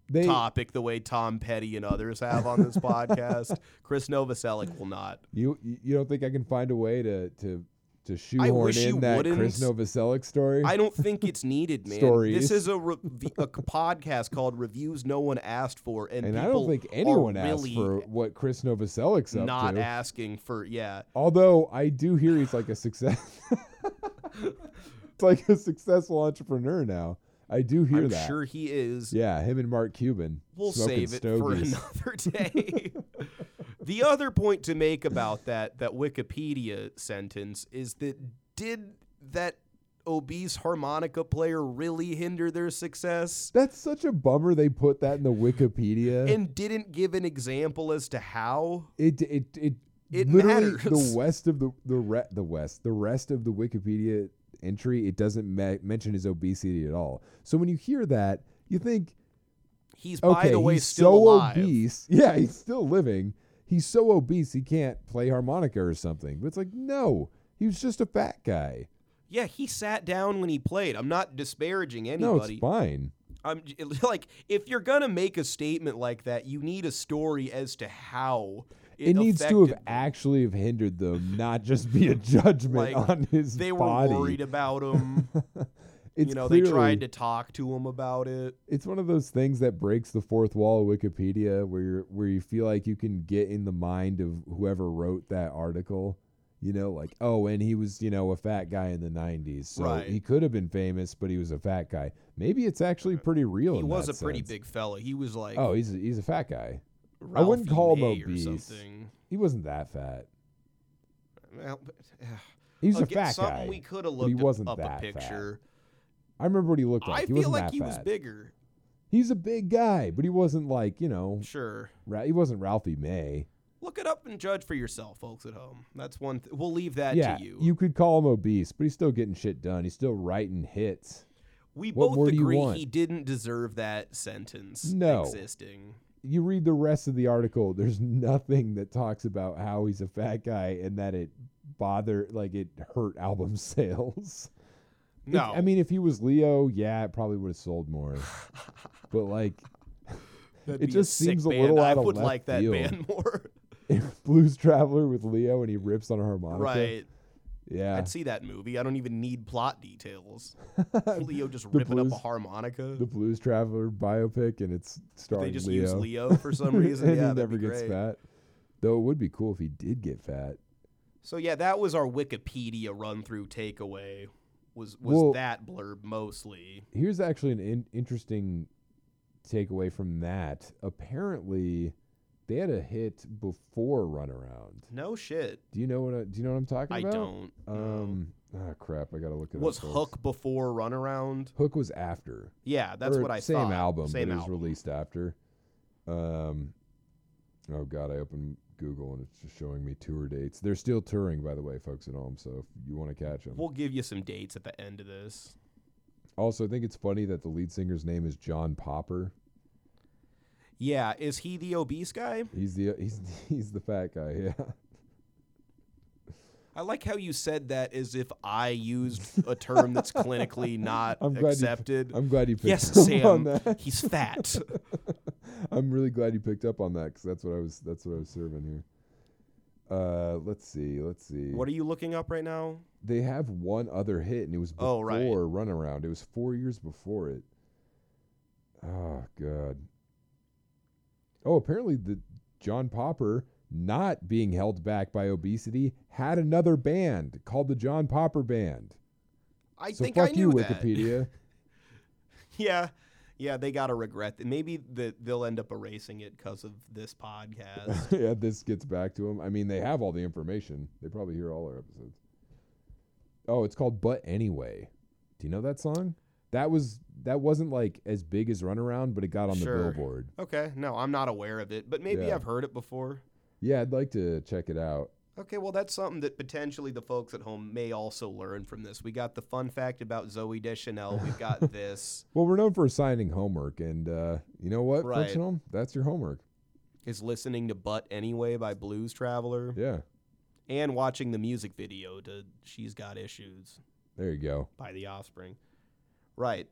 S1: They,
S2: topic the way Tom Petty and others have on
S1: (laughs)
S2: this podcast. Chris Novoselic will not.
S1: You you don't think I can find a way to to to
S2: I
S1: shoehorn
S2: wish you
S1: in that
S2: wouldn't.
S1: Chris Novoselic story?
S2: I don't think it's needed, man. This
S1: Stories.
S2: is a, re- a podcast called "Reviews No One Asked For," and,
S1: and
S2: people
S1: I don't think
S2: are
S1: anyone asked
S2: really
S1: for what Chris Novoselic's up
S2: not
S1: to.
S2: asking for. Yeah,
S1: Although I do hear he's like a success. (laughs) it's like a successful entrepreneur now. I do hear
S2: I'm
S1: that.
S2: sure he is.
S1: Yeah, him and Mark Cuban.
S2: We'll
S1: smoking
S2: save it
S1: stogies.
S2: for another day. (laughs) the other point to make about that that Wikipedia sentence is that did that obese harmonica player really hinder their success?
S1: That's such a bummer they put that in the
S2: (laughs)
S1: Wikipedia.
S2: and didn't give an example as to how.
S1: it it it,
S2: It
S1: literally
S2: matters. (laughs)
S1: the west of the the re- the west the rest of the Wikipedia entry it doesn't ma- mention his obesity at all. So when you hear that, you think,
S2: He's
S1: okay,
S2: by the way
S1: he's
S2: still
S1: so
S2: alive.
S1: obese. (laughs) Yeah, he's still living. He's so obese he can't play harmonica or something. But it's like no, he was just a fat guy.
S2: Yeah, he sat down when he played. I'm not disparaging
S1: No, it's
S2: anybody.
S1: fine.
S2: I'm j- (laughs) like if you're going to make a statement like that, you need a story as to how it,
S1: It, needs to have
S2: affected-
S1: actually have hindered them, not just be a (laughs) judgment
S2: Like,
S1: on his
S2: They were
S1: body.
S2: worried about
S1: (laughs)
S2: him.
S1: it's
S2: you know,
S1: clearly,
S2: they tried to talk to him about it.
S1: it's one of those things that breaks the fourth wall of Wikipedia where you're where you feel like you can get in the mind of whoever wrote that article. You know, like, oh, and he was, you know, a fat guy in the nineties. So
S2: Right.
S1: he could have been famous, but he was a fat guy. Maybe it's actually pretty real.
S2: He
S1: in
S2: was a
S1: that
S2: pretty
S1: sense.
S2: big fella. He was like
S1: Oh, he's a, he's a fat guy.
S2: Ralphie
S1: wouldn't call him
S2: May or
S1: obese.
S2: something.
S1: He wasn't that fat.
S2: Well, but, (sighs) uh,
S1: He was a
S2: again,
S1: fat
S2: something
S1: guy.
S2: we could have
S1: but he
S2: looked
S1: wasn't
S2: up a
S1: that fat.
S2: picture.
S1: I remember what he looked like.
S2: I
S1: he
S2: feel
S1: wasn't
S2: like
S1: that
S2: he was
S1: fat.
S2: bigger.
S1: He's a big guy, but he wasn't like you know,
S2: Sure.
S1: Ra- he wasn't Ralphie May.
S2: Look it up and judge for yourself, folks at home. That's one. Th- we'll leave that
S1: yeah,
S2: to you.
S1: could call him obese, but he's still getting shit done. He's still writing hits.
S2: we
S1: what
S2: both
S1: more do you
S2: agree
S1: want?
S2: he didn't deserve that sentence
S1: No.
S2: existing.
S1: You read the rest of the article. There's (laughs) nothing that talks about how he's a fat guy and that it bother like it hurt (laughs) album sales. If-
S2: No,
S1: I mean if he was Leo, yeah, it probably would have sold more. but like (laughs)
S2: That'd
S1: it
S2: be
S1: just
S2: sick
S1: seems a
S2: band.
S1: little
S2: I
S1: out of
S2: would
S1: left
S2: like that
S1: field.
S2: band (laughs) more.
S1: if Blues Traveler with Leo and he rips on a harmonica,
S2: right.
S1: Yeah,
S2: I'd see that movie. I don't even need plot
S1: (laughs)
S2: details. Leo just
S1: The
S2: ripping up a
S1: blues-
S2: harmonica.
S1: the Blues Traveler biopic, and it's starring
S2: they just
S1: Leo.
S2: use Leo
S1: (laughs)
S2: for some reason.
S1: and
S2: yeah,
S1: he
S2: that'd
S1: never
S2: be
S1: gets
S2: great.
S1: fat. Though it would be cool if he did get fat.
S2: So yeah, that was our Wikipedia run through takeaway. Was was
S1: Well-
S2: that blurb mostly?
S1: here's actually an in- interesting takeaway from that. Apparently, they had a hit before Runaround.
S2: No shit.
S1: Do you know what? I, do you know what I'm talking
S2: I
S1: about?
S2: don't. no.
S1: Um. Ah, crap. I gotta look it
S2: was
S1: up. folks.
S2: Hook before Runaround?
S1: Hook was after.
S2: Yeah, that's
S1: or
S2: what I
S1: same
S2: thought.
S1: Album,
S2: Same
S1: but
S2: album.
S1: It was released after. Um. Oh God, I opened Google and it's just showing me tour dates. They're still touring, by the way, folks at home. So if you want to catch them.
S2: We'll give you some dates at the end of this.
S1: Also, I think it's funny that the lead singer's name is John Popper.
S2: Yeah, is he the obese guy?
S1: He's the he's (laughs) he's the fat guy. Yeah.
S2: I like how you said that as if I used a
S1: (laughs)
S2: term that's clinically not
S1: I'm glad you-
S2: accepted.
S1: I'm glad you picked
S2: yes,
S1: up on
S2: Sam,
S1: that.
S2: he's
S1: (laughs)
S2: fat.
S1: I'm really glad you picked up on that because that's what I was that's what I was serving here. Uh, let's see, let's see.
S2: what are you looking up right now?
S1: they have one other hit, and it was before
S2: Oh, right.
S1: Runaround. It was four years before it. Oh god. Oh, apparently the John Popper, not being held back by obesity, had another band called the John Popper Band.
S2: I
S1: so
S2: think
S1: fuck
S2: I knew
S1: you,
S2: that.
S1: Wikipedia.
S2: (laughs) Yeah, yeah, they gotta regret it. Maybe the, they'll end up erasing it because of this
S1: (laughs)
S2: podcast.
S1: yeah, this gets back to them. I mean, they have all the information. They probably hear all our episodes. Oh, it's called "But Anyway." Do you know that song? That was that wasn't like as big as Runaround, but it got on
S2: Sure.
S1: the Billboard.
S2: okay, no, I'm not aware of it, but maybe
S1: Yeah.
S2: I've heard it before.
S1: Yeah, I'd like to check it out.
S2: Okay, well, that's something that potentially the folks at home may also learn from this. We got the fun fact about Zoe Deschanel.
S1: (laughs)
S2: We've got this.
S1: Well, we're known for assigning homework, and uh, you know what,
S2: Right.
S1: Frictionum? That's your homework.
S2: Is listening to Butt Anyway by Blues Traveler
S1: Yeah,
S2: and watching the music video to She's Got Issues
S1: there you go.
S2: by The Offspring. Right.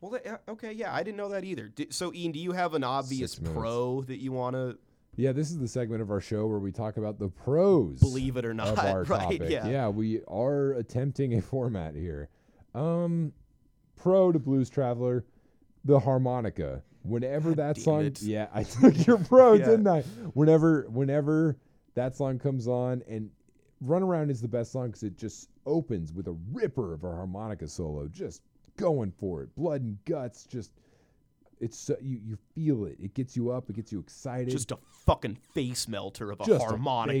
S2: Well, that- uh, okay, yeah, I didn't know that either. Di- so, Ian, do you have an obvious
S1: Six minutes.
S2: pro that you want to
S1: Yeah, this is the segment of our show where we talk about the pros.
S2: believe it or not?
S1: of our
S2: (laughs) right?
S1: topic.
S2: Yeah.
S1: we are attempting a (laughs) format here. Um, pro to blues traveler, the harmonica. Whenever that
S2: damn
S1: song,
S2: it.
S1: (laughs) yeah,
S2: (laughs)
S1: I took your pro,
S2: Yeah.
S1: didn't I? Whenever, whenever that song comes on, and Runaround is the best song because it just opens with a ripper of a harmonica solo, just going for it, blood and guts, just. It's so, you you feel it. It gets you up. It gets you excited
S2: Just a fucking face melter of a
S1: just
S2: harmonica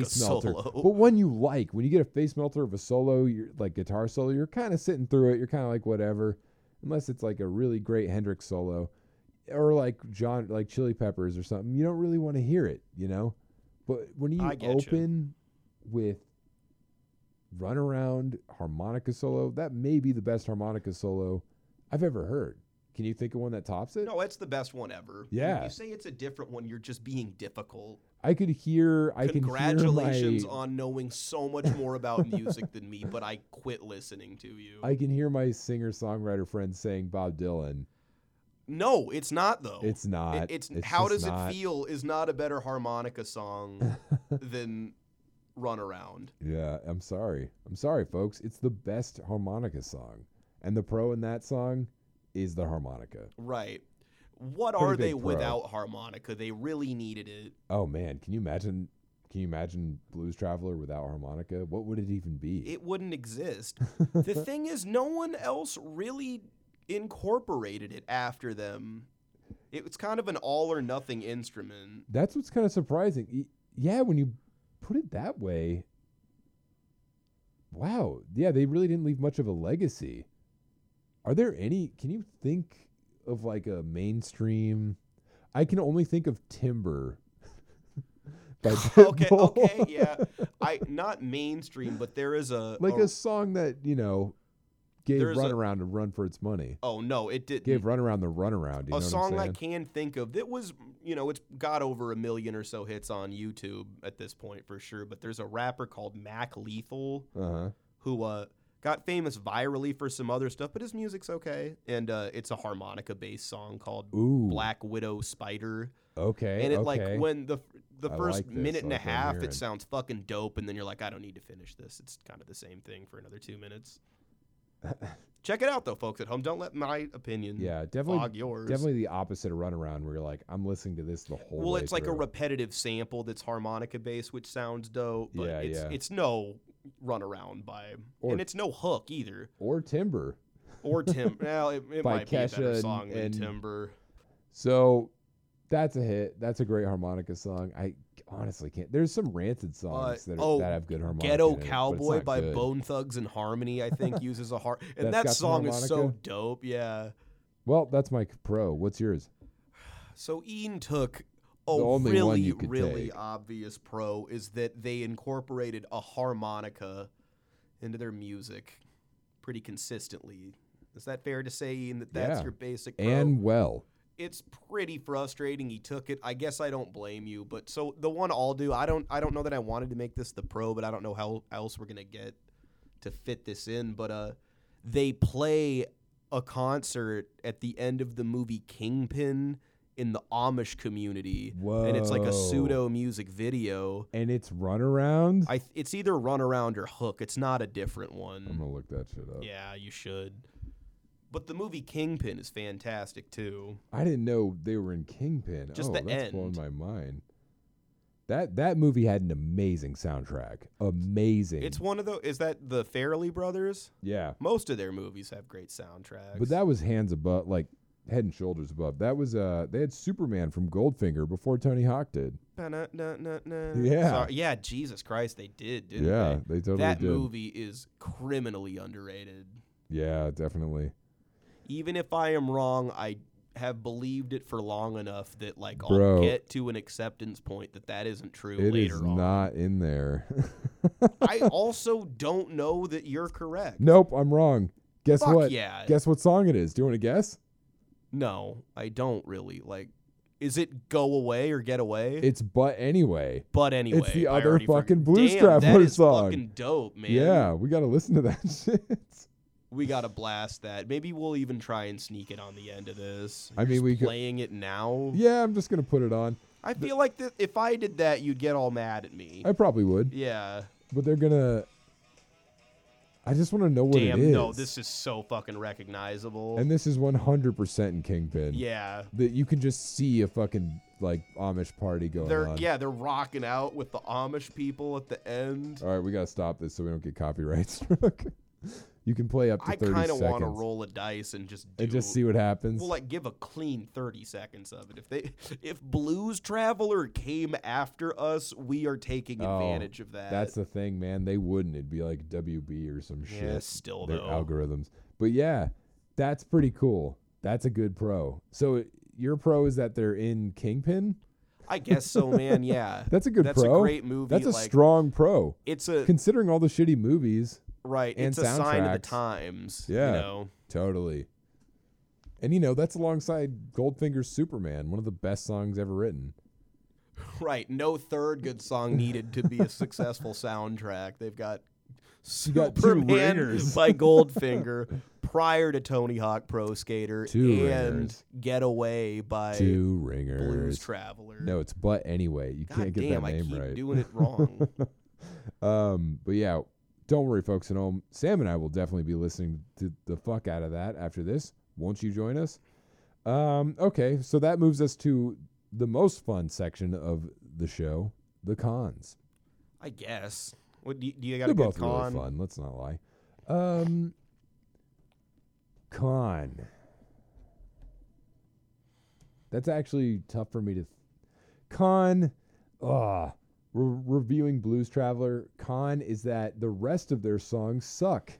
S1: a face melter.
S2: solo.
S1: But when you like, when you get a face melter of a solo, you're like guitar solo, you're kind of sitting through it. You're kind of like whatever, unless it's like a really great Hendrix solo, or like John, like Chili Peppers or something. You don't really want to hear it, you know. But when you
S2: I get you.
S1: open with runaround harmonica solo, that may be the best harmonica solo I've ever heard. Can you think of one that tops it?
S2: No, it's the best one ever. You-
S1: Yeah.
S2: You say it's a different one, you're just being difficult.
S1: I could hear. I can
S2: Congratulations
S1: hear my,
S2: on knowing so much more about (laughs) music than me, but I quit listening to you.
S1: I can hear my singer songwriter friend saying Bob Dylan.
S2: no, it's not though.
S1: It's
S2: Oh, It-
S1: not.
S2: it's, how
S1: just
S2: does
S1: not.
S2: it feel is not a better
S1: (laughs)
S2: harmonica song than Run Around.
S1: Yeah, I'm sorry. I'm sorry, folks. It's the best harmonica song, and the pro in that song is the harmonica.
S2: Right. What
S1: Pretty
S2: are they
S1: big pro.
S2: without harmonica? They really needed it.
S1: Oh man, can you imagine? Can you imagine Blues Traveler without harmonica? What would it even be?
S2: It
S1: (laughs)
S2: wouldn't exist. the thing is, no one else really incorporated it after them. It was kind of an all or
S1: (laughs)
S2: nothing instrument.
S1: That's what's kind of surprising. Y- Yeah, when you put it that way. Wow. Yeah, they really didn't leave much of a legacy. Are there any can you think of like a mainstream I can only think of Timber. (laughs) by
S2: (laughs) okay,
S1: Pitbull.
S2: okay, yeah. I not mainstream, but there is a
S1: (laughs) like
S2: a-
S1: a song that, you know, gave
S2: Oh. There's a-
S1: Runaround a, run for its money.
S2: oh no, it did
S1: Gave Runaround the runaround. You know
S2: a song
S1: what
S2: I
S1: I'm saying?
S2: can think of that was you know it's got over a million or so hits on YouTube at this point for sure. But there's a rapper called Mac Lethal
S1: Uh-huh.
S2: who uh, got famous virally for some other stuff, but his music's okay, and uh, it's a harmonica based song called
S1: Ooh.
S2: Black Widow Spider.
S1: Okay.
S2: and it
S1: okay.
S2: like when the the
S1: I
S2: first
S1: like this,
S2: minute and a
S1: like what I'm
S2: half
S1: hearing.
S2: it sounds fucking dope and then you're like i don't need to finish this it's kind of the same thing for another two
S1: (laughs)
S2: minutes check it out though folks at home don't let my opinion
S1: Yeah, definitely
S2: fog yours
S1: Definitely the opposite of runaround, where you're like, I'm listening to this the whole.
S2: well
S1: way
S2: it's like a
S1: through.
S2: repetitive sample that's harmonica based which sounds dope but
S1: Yeah,
S2: it's
S1: yeah.
S2: it's no runaround by
S1: Or-
S2: and it's no hook either
S1: or timber.
S2: or tim well it, it
S1: By
S2: might be a
S1: Kesha
S2: better
S1: and-
S2: song than
S1: and-
S2: timber
S1: So that's a hit. That's a great harmonica song. I honestly can't. There's some ranted songs that, are,
S2: oh,
S1: that have good harmonica. in
S2: Ghetto
S1: it, but it's
S2: Cowboy
S1: not
S2: by
S1: good.
S2: Bone Thugs and Harmony,
S1: (laughs)
S2: I think, uses a har And
S1: That's
S2: that
S1: got some
S2: song is so
S1: harmonica?
S2: dope. Yeah.
S1: Well, that's my pro. What's yours?
S2: So Ian took Oh,
S1: only one
S2: really,
S1: you could
S2: really
S1: take.
S2: obvious pro is that they incorporated a harmonica into their music pretty consistently. Is that fair to say, Ian, that that's
S1: Yeah.
S2: your basic pro?
S1: and well.
S2: it's pretty frustrating he took it. I guess I don't blame you, but so the one I'll do, I don't I don't know that I wanted to make this the pro, but I don't know how else we're going to get to fit this in, but uh they play a concert at the end of the movie Kingpin in the Amish community. And it's like a
S1: Whoa.
S2: pseudo music video.
S1: And it's runaround.
S2: I th- it's either Runaround or Hook. It's not a different
S1: I'm
S2: one.
S1: gonna look that shit up.
S2: Yeah, you should. But the movie Kingpin is fantastic too.
S1: I didn't know they were in Kingpin.
S2: Just
S1: oh,
S2: the
S1: that's blowing
S2: end.
S1: my mind. That that movie had an amazing soundtrack. Amazing.
S2: It's one of those. Is that the Farrelly brothers?
S1: yeah.
S2: Most of their movies have great soundtracks.
S1: But that was hands above, like head and shoulders above. That was uh, they had Superman from Goldfinger before Tony Hawk did.
S2: Ba-na-na-na-na.
S1: Yeah.
S2: Sorry- yeah. Jesus Christ, they did, didn't
S1: yeah,
S2: they?
S1: they totally
S2: that
S1: did.
S2: movie is criminally underrated.
S1: Yeah, definitely.
S2: Even if I am wrong, I have believed it for long enough that like I'll
S1: Bro.
S2: get to an acceptance point that that isn't true
S1: It
S2: later
S1: is
S2: on.
S1: not in there. (laughs)
S2: I also don't know that you're correct.
S1: nope, I'm wrong. Guess
S2: Fuck
S1: what?
S2: yeah.
S1: Guess what song it is? Do you want to guess?
S2: no, I don't really like. Is it go away or get away?
S1: It's but anyway.
S2: But anyway,
S1: It's the
S2: I
S1: other
S2: already forg-
S1: fucking Blues
S2: Damn,
S1: Traveler
S2: that is
S1: song.
S2: Fucking dope, man.
S1: Yeah, we got to listen to that (laughs) shit.
S2: we gotta blast that. Maybe we'll even try and sneak it on the end of this.
S1: I
S2: You're
S1: mean,
S2: just
S1: we could-
S2: playing it now.
S1: yeah, I'm just gonna put it on.
S2: I feel like that if I did that, you'd get all mad at me.
S1: I probably would,
S2: yeah.
S1: but they're gonna. I just want to know what it
S2: Damn.
S1: is.
S2: No, this is so fucking recognizable.
S1: and this is 100% in Kingpin.
S2: yeah.
S1: that you can just see a fucking like Amish party going
S2: They're
S1: on.
S2: yeah they're rocking out with the Amish people at the end.
S1: All right, we gotta stop this so we don't get copyright (laughs) struck. you can play up to
S2: I
S1: thirty
S2: kind of
S1: seconds
S2: want to roll a dice and just do
S1: and just see what happens.
S2: Well, like give a clean thirty seconds of it. If they, (laughs) if Blues Traveler came after us, we are taking
S1: Oh,
S2: advantage of that.
S1: That's the thing, man. They wouldn't. It'd be like WB or some
S2: yeah,
S1: shit.
S2: still
S1: Their
S2: though.
S1: algorithms. But yeah, that's pretty cool. That's a good pro. So your pro is that they're in Kingpin.
S2: I guess so,
S1: (laughs)
S2: man. Yeah,
S1: That's a good
S2: That's
S1: pro.
S2: a great movie.
S1: That's a
S2: like,
S1: strong pro.
S2: It's a
S1: Considering all the shitty movies,
S2: right.
S1: and
S2: It's a sign of the
S1: soundtracks.
S2: times.
S1: Yeah.
S2: You know? (laughs)
S1: Totally. And you know, that's alongside Goldfinger's Superman, one of the best songs ever written.
S2: Right. No third good song needed to
S1: (laughs)
S2: be a successful soundtrack. They've got
S1: got two
S2: Superman
S1: ringers. (laughs)
S2: by (laughs) Goldfinger. Prior to Tony Hawk Pro Skater
S1: Two
S2: and
S1: ringers.
S2: Getaway by
S1: Two
S2: Blues
S1: ringers.
S2: Traveler.
S1: no, it's but anyway. You
S2: God
S1: can't get
S2: damn,
S1: that
S2: I
S1: name
S2: keep
S1: right.
S2: doing it
S1: (laughs)
S2: wrong.
S1: um, but yeah, don't worry, folks at home. Sam and I will definitely be listening to the fuck out of that after this. Won't you join us? Um, okay, so that moves us to the most fun section of the show, the cons.
S2: I guess. What do you, do you got
S1: They're
S2: a good
S1: both
S2: con?
S1: really fun. Let's not lie. Um, con. That's actually tough for me to. Th- con. Ah, we're reviewing Blues Traveler. Con is that the rest of their songs suck.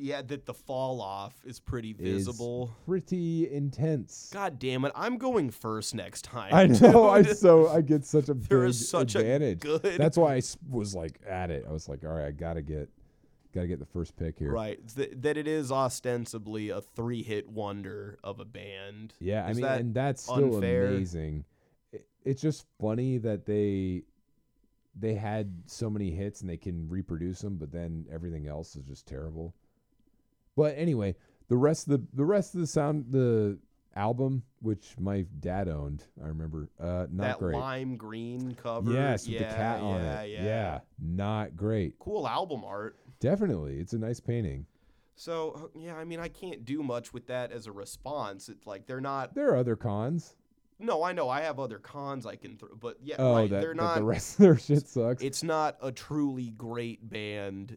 S2: Yeah, that the fall off is pretty
S1: Is
S2: visible.
S1: pretty intense.
S2: God damn it! I'm going first next time.
S1: I know.
S2: (laughs)
S1: I
S2: dude.
S1: (laughs) so I get such a
S2: there
S1: big
S2: is such
S1: advantage.
S2: a good
S1: That's why I s- was like at it. I was like, all right, I gotta get, gotta get the first pick here.
S2: right th- that it is ostensibly a three-hit wonder of a band.
S1: Yeah, I
S2: Is
S1: mean,
S2: that
S1: and that's still
S2: unfair?
S1: amazing. I- It's just funny that they they had so many hits and they can reproduce them, but then everything else is just terrible. But anyway, the rest of the the rest of the sound the album, which my dad owned, I remember, uh, not
S2: that
S1: great.
S2: lime green cover.
S1: Yes, with
S2: yeah,
S1: the cat on
S2: yeah,
S1: it.
S2: Yeah.
S1: yeah, not great.
S2: Cool album art.
S1: Definitely, it's a nice painting.
S2: So uh, yeah, I mean, I can't do much with that as a response. It's like they're not
S1: There are other cons.
S2: No, I know I have other cons I can throw, but yeah,
S1: Oh,
S2: right.
S1: that,
S2: they're
S1: that
S2: not.
S1: the rest of their (laughs) shit sucks.
S2: It's not a truly great band,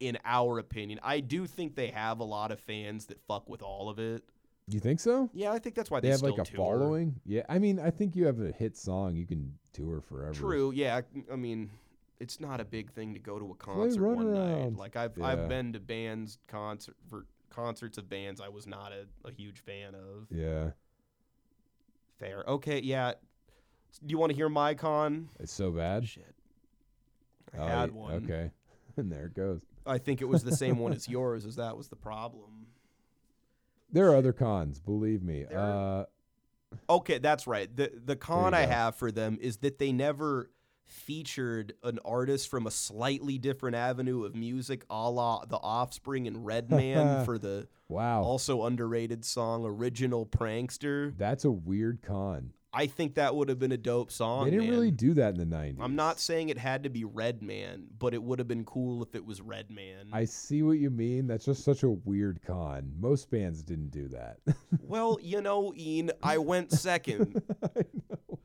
S2: in our opinion. I do think they have a lot of fans that fuck with all of it.
S1: you think so?
S2: Yeah, I think that's why
S1: they
S2: they,
S1: have
S2: still
S1: like a
S2: tour.
S1: following. Yeah, I mean, I think you have a hit song, you can tour forever.
S2: True. Yeah, I mean, it's not a big thing to go to a concert
S1: Run
S2: one night.
S1: Around.
S2: Like I've
S1: Yeah.
S2: I've been to bands concert for concerts of bands I was not a, a huge fan of.
S1: Yeah,
S2: Fair. Okay. Yeah. Do you want to hear my con?
S1: It's so bad.
S3: Shit. I
S1: Oh,
S3: had
S1: y-
S3: one.
S1: Okay. (laughs) And there it goes.
S2: I think it was the same one as yours, as that was the problem.
S1: There are other cons, believe me.
S3: There-
S1: Uh,
S2: Okay, that's right. The the con
S1: you
S2: I
S1: go.
S2: have for them is that they never featured an artist from a slightly different avenue of music, a la The Offspring
S1: (laughs)
S2: and Redman for the
S1: wow.
S2: also underrated song Original Prankster.
S1: That's a weird con.
S2: I think that would have been a dope song.
S1: They didn't
S2: man.
S1: really do that in the 90s.
S2: I'm not saying it had to be Redman, but it would have been cool if it was Redman.
S1: I see what you mean. That's just such a weird con. Most bands didn't do that. (laughs)
S2: well, you know, Ian, I went second,
S1: (laughs) I know.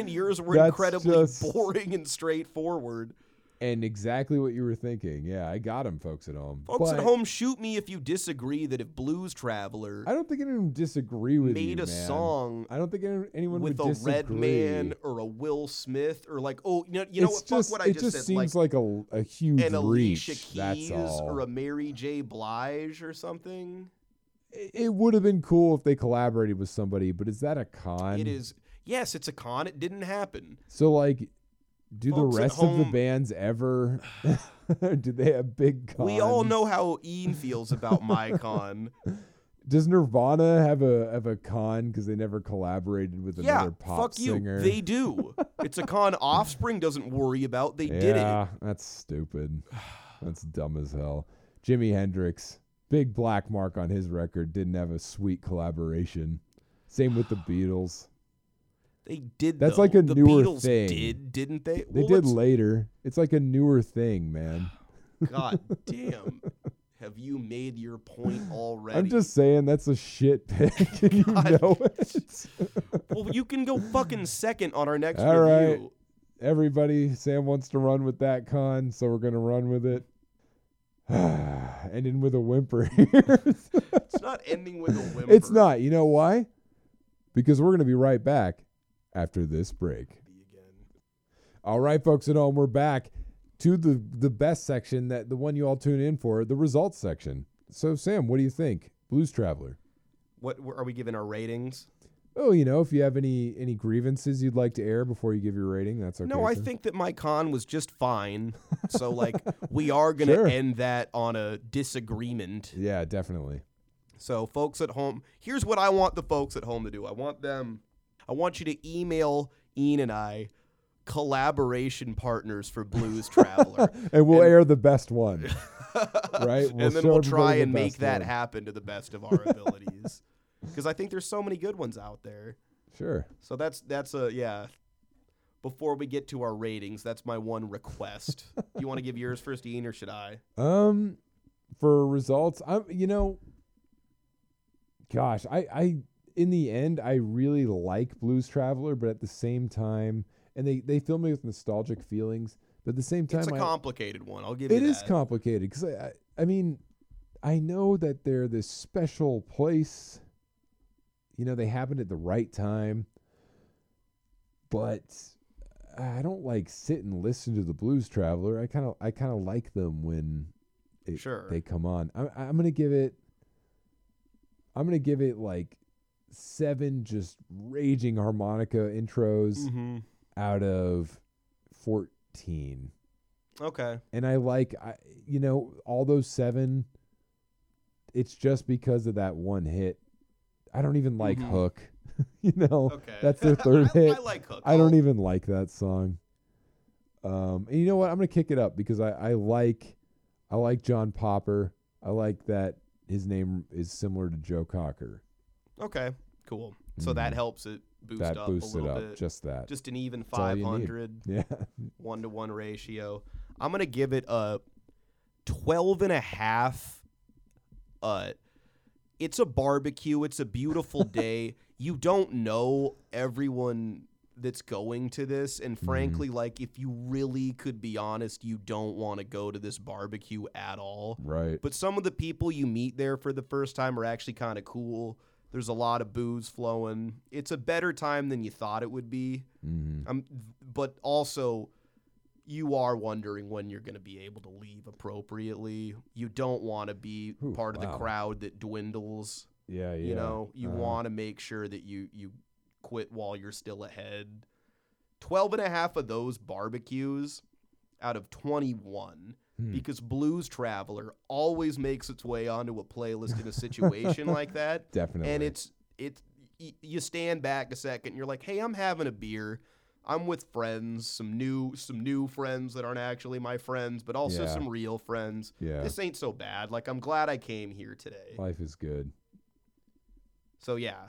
S2: and yours were
S1: That's
S2: incredibly
S1: just-
S2: boring and straightforward.
S1: And exactly what you were thinking. Yeah, I got them, folks at home.
S2: Folks at
S1: But
S2: home, shoot me if you disagree that if Blues Traveler
S1: I don't think anyone would disagree with you,
S2: made a
S1: man.
S2: song
S1: I don't think any- anyone
S2: with a
S1: would disagree.
S2: Red Man or a Will Smith or like, oh, you know, you know
S1: It's
S2: what?
S1: just,
S2: fuck what I
S1: it just
S2: said.
S1: seems like,
S2: like,
S1: a, a huge
S2: an
S1: reach.
S2: Alicia
S1: that's
S2: Keys
S1: all.
S2: or a Mary J. Blige or something.
S1: It- it would have been cool if they collaborated with somebody, but is that a con?
S2: it is. Yes, it's a con. It didn't happen.
S1: So like, do
S2: Folks
S1: the
S2: at
S1: rest of the
S2: home-
S1: bands ever? (laughs) do they have big cons?
S2: We all know how Ian feels
S1: (laughs)
S2: about my con.
S1: Does Nirvana have a have a con because they never collaborated with
S2: yeah,
S1: another pop
S2: fuck
S1: singer?
S2: you.
S1: (laughs)
S2: They do. It's a con Offspring doesn't worry about. They did it.
S1: yeah, that's stupid. (sighs) That's dumb as hell. Jimi Hendrix, big black mark on his record, didn't have a sweet collaboration. Same
S2: (sighs)
S1: with the Beatles.
S2: They did.
S1: That's
S2: though.
S1: like a
S2: the
S1: newer
S2: Beatles
S1: thing.
S2: Did didn't they?
S1: They
S2: Well,
S1: did
S2: let's-
S1: later. It's like a newer thing,
S2: (sighs)
S1: man.
S2: God damn. Have you made your point
S1: (laughs)
S2: already?
S1: I'm just saying that's a shit (laughs) pick, and
S2: (laughs)
S1: you know it.
S2: Well, you can go fucking second on our next
S1: All right.
S2: review.
S1: everybody, Sam wants to run with that con, so we're gonna run with it. (sighs) Ending with a whimper (laughs) here.
S2: It's not ending with a whimper.
S1: it's not. You know why? Because we're gonna be right back after this break. All right, folks at home, we're back to the the best section that the one you all tune in for, the results section. So, Sam, what do you think, Blues Traveler?
S2: What are we giving our ratings?
S1: Oh, you know, if you have any any grievances you'd like to air before you give your rating, that's okay.
S2: No, I
S1: sir.
S2: think that my con was just
S1: (laughs)
S2: fine. So like we are gonna
S1: Sure.
S2: end that on a disagreement.
S1: Yeah, definitely.
S2: So folks at home, here's what I want the folks at home to do. I want them I want you to email Ian and I collaboration partners for Blues Traveler.
S1: And we'll air the best
S2: (laughs)
S1: one. right?
S2: and then we'll
S1: show
S2: try
S1: everybody the
S2: and make
S1: best
S2: that
S1: one.
S2: happen to the best
S1: (laughs)
S2: of our abilities. Because I think there's so many good ones out there.
S1: Sure.
S2: So that's that's a yeah. Before we get to our ratings, that's my
S1: (laughs)
S2: one request. Do you want to give yours first, Ian, or should I?
S1: Um, for results, I'm you know, gosh, I I in the end I really like Blues Traveler, but at the same time, and they they fill me with nostalgic feelings, but at the same time,
S2: It's a
S1: I-
S2: complicated one. I'll give you
S1: it is
S2: that.
S1: complicated because I, I I mean, I know that they're this special place. You know, they happened at the right time, but I don't like sit and listen to the Blues Traveler. I kind of I kind of like them when it,
S2: Sure.
S1: they come on. I'm I'm gonna give it. I'm gonna give it like seven just raging harmonica intros
S2: hmm
S1: out of fourteen
S2: Okay.
S1: and I like I you know all those seven. It's just because of that one hit. I don't even like
S2: Mhm.
S1: Hook. (laughs) you know,
S2: Okay.
S1: that's their third
S2: (laughs) I,
S1: hit.
S2: I like Hook.
S1: I don't
S2: I'll-
S1: even like that song. Um, and you know what? I'm gonna kick it up because I I like I like John Popper. I like that his name is similar to Joe Cocker.
S2: Oh, Okay. Cool. So that
S1: Mhm.
S2: helps it boost
S1: e- that
S2: up
S1: boosts
S2: a
S1: it
S2: little
S1: up.
S2: bit.
S1: Just that.
S2: Just an even
S1: all you need.
S2: 500,
S1: (laughs) yeah.
S2: one to one ratio. I'm gonna give it a 12 and a half. Uh, it's a barbecue. It's a beautiful day. you don't know everyone that's going to this, and frankly, like if you really could be honest, you don't want to go to this barbecue at all.
S1: Right.
S2: But some of the people you meet there for the first time are actually kind of cool. There's a lot of booze flowing. It's a better time than you thought it would be.
S1: hmm
S2: Um, but also, you are wondering when you're going to be able to leave appropriately. You don't want to be
S1: Ooh,
S2: part of
S1: wow.
S2: the crowd that dwindles.
S1: Yeah. Yeah.
S2: You know, you
S1: Uh-huh.
S2: want to make sure that you you quit while you're still ahead. 12 and a half of those barbecues out of 21
S1: Hmm.
S2: because Blues Traveler always makes its way onto a playlist in
S1: (laughs)
S2: a situation like that.
S1: Definitely.
S2: And it's it's y- you stand back a second and you're like, "Hey, I'm having a beer. I'm with friends, some new some new friends that aren't actually my friends, but also
S1: Yeah.
S2: some real friends.
S1: yeah.
S2: This ain't so bad. Like I'm glad I came here today."
S1: Life is good. (laughs)
S2: So yeah,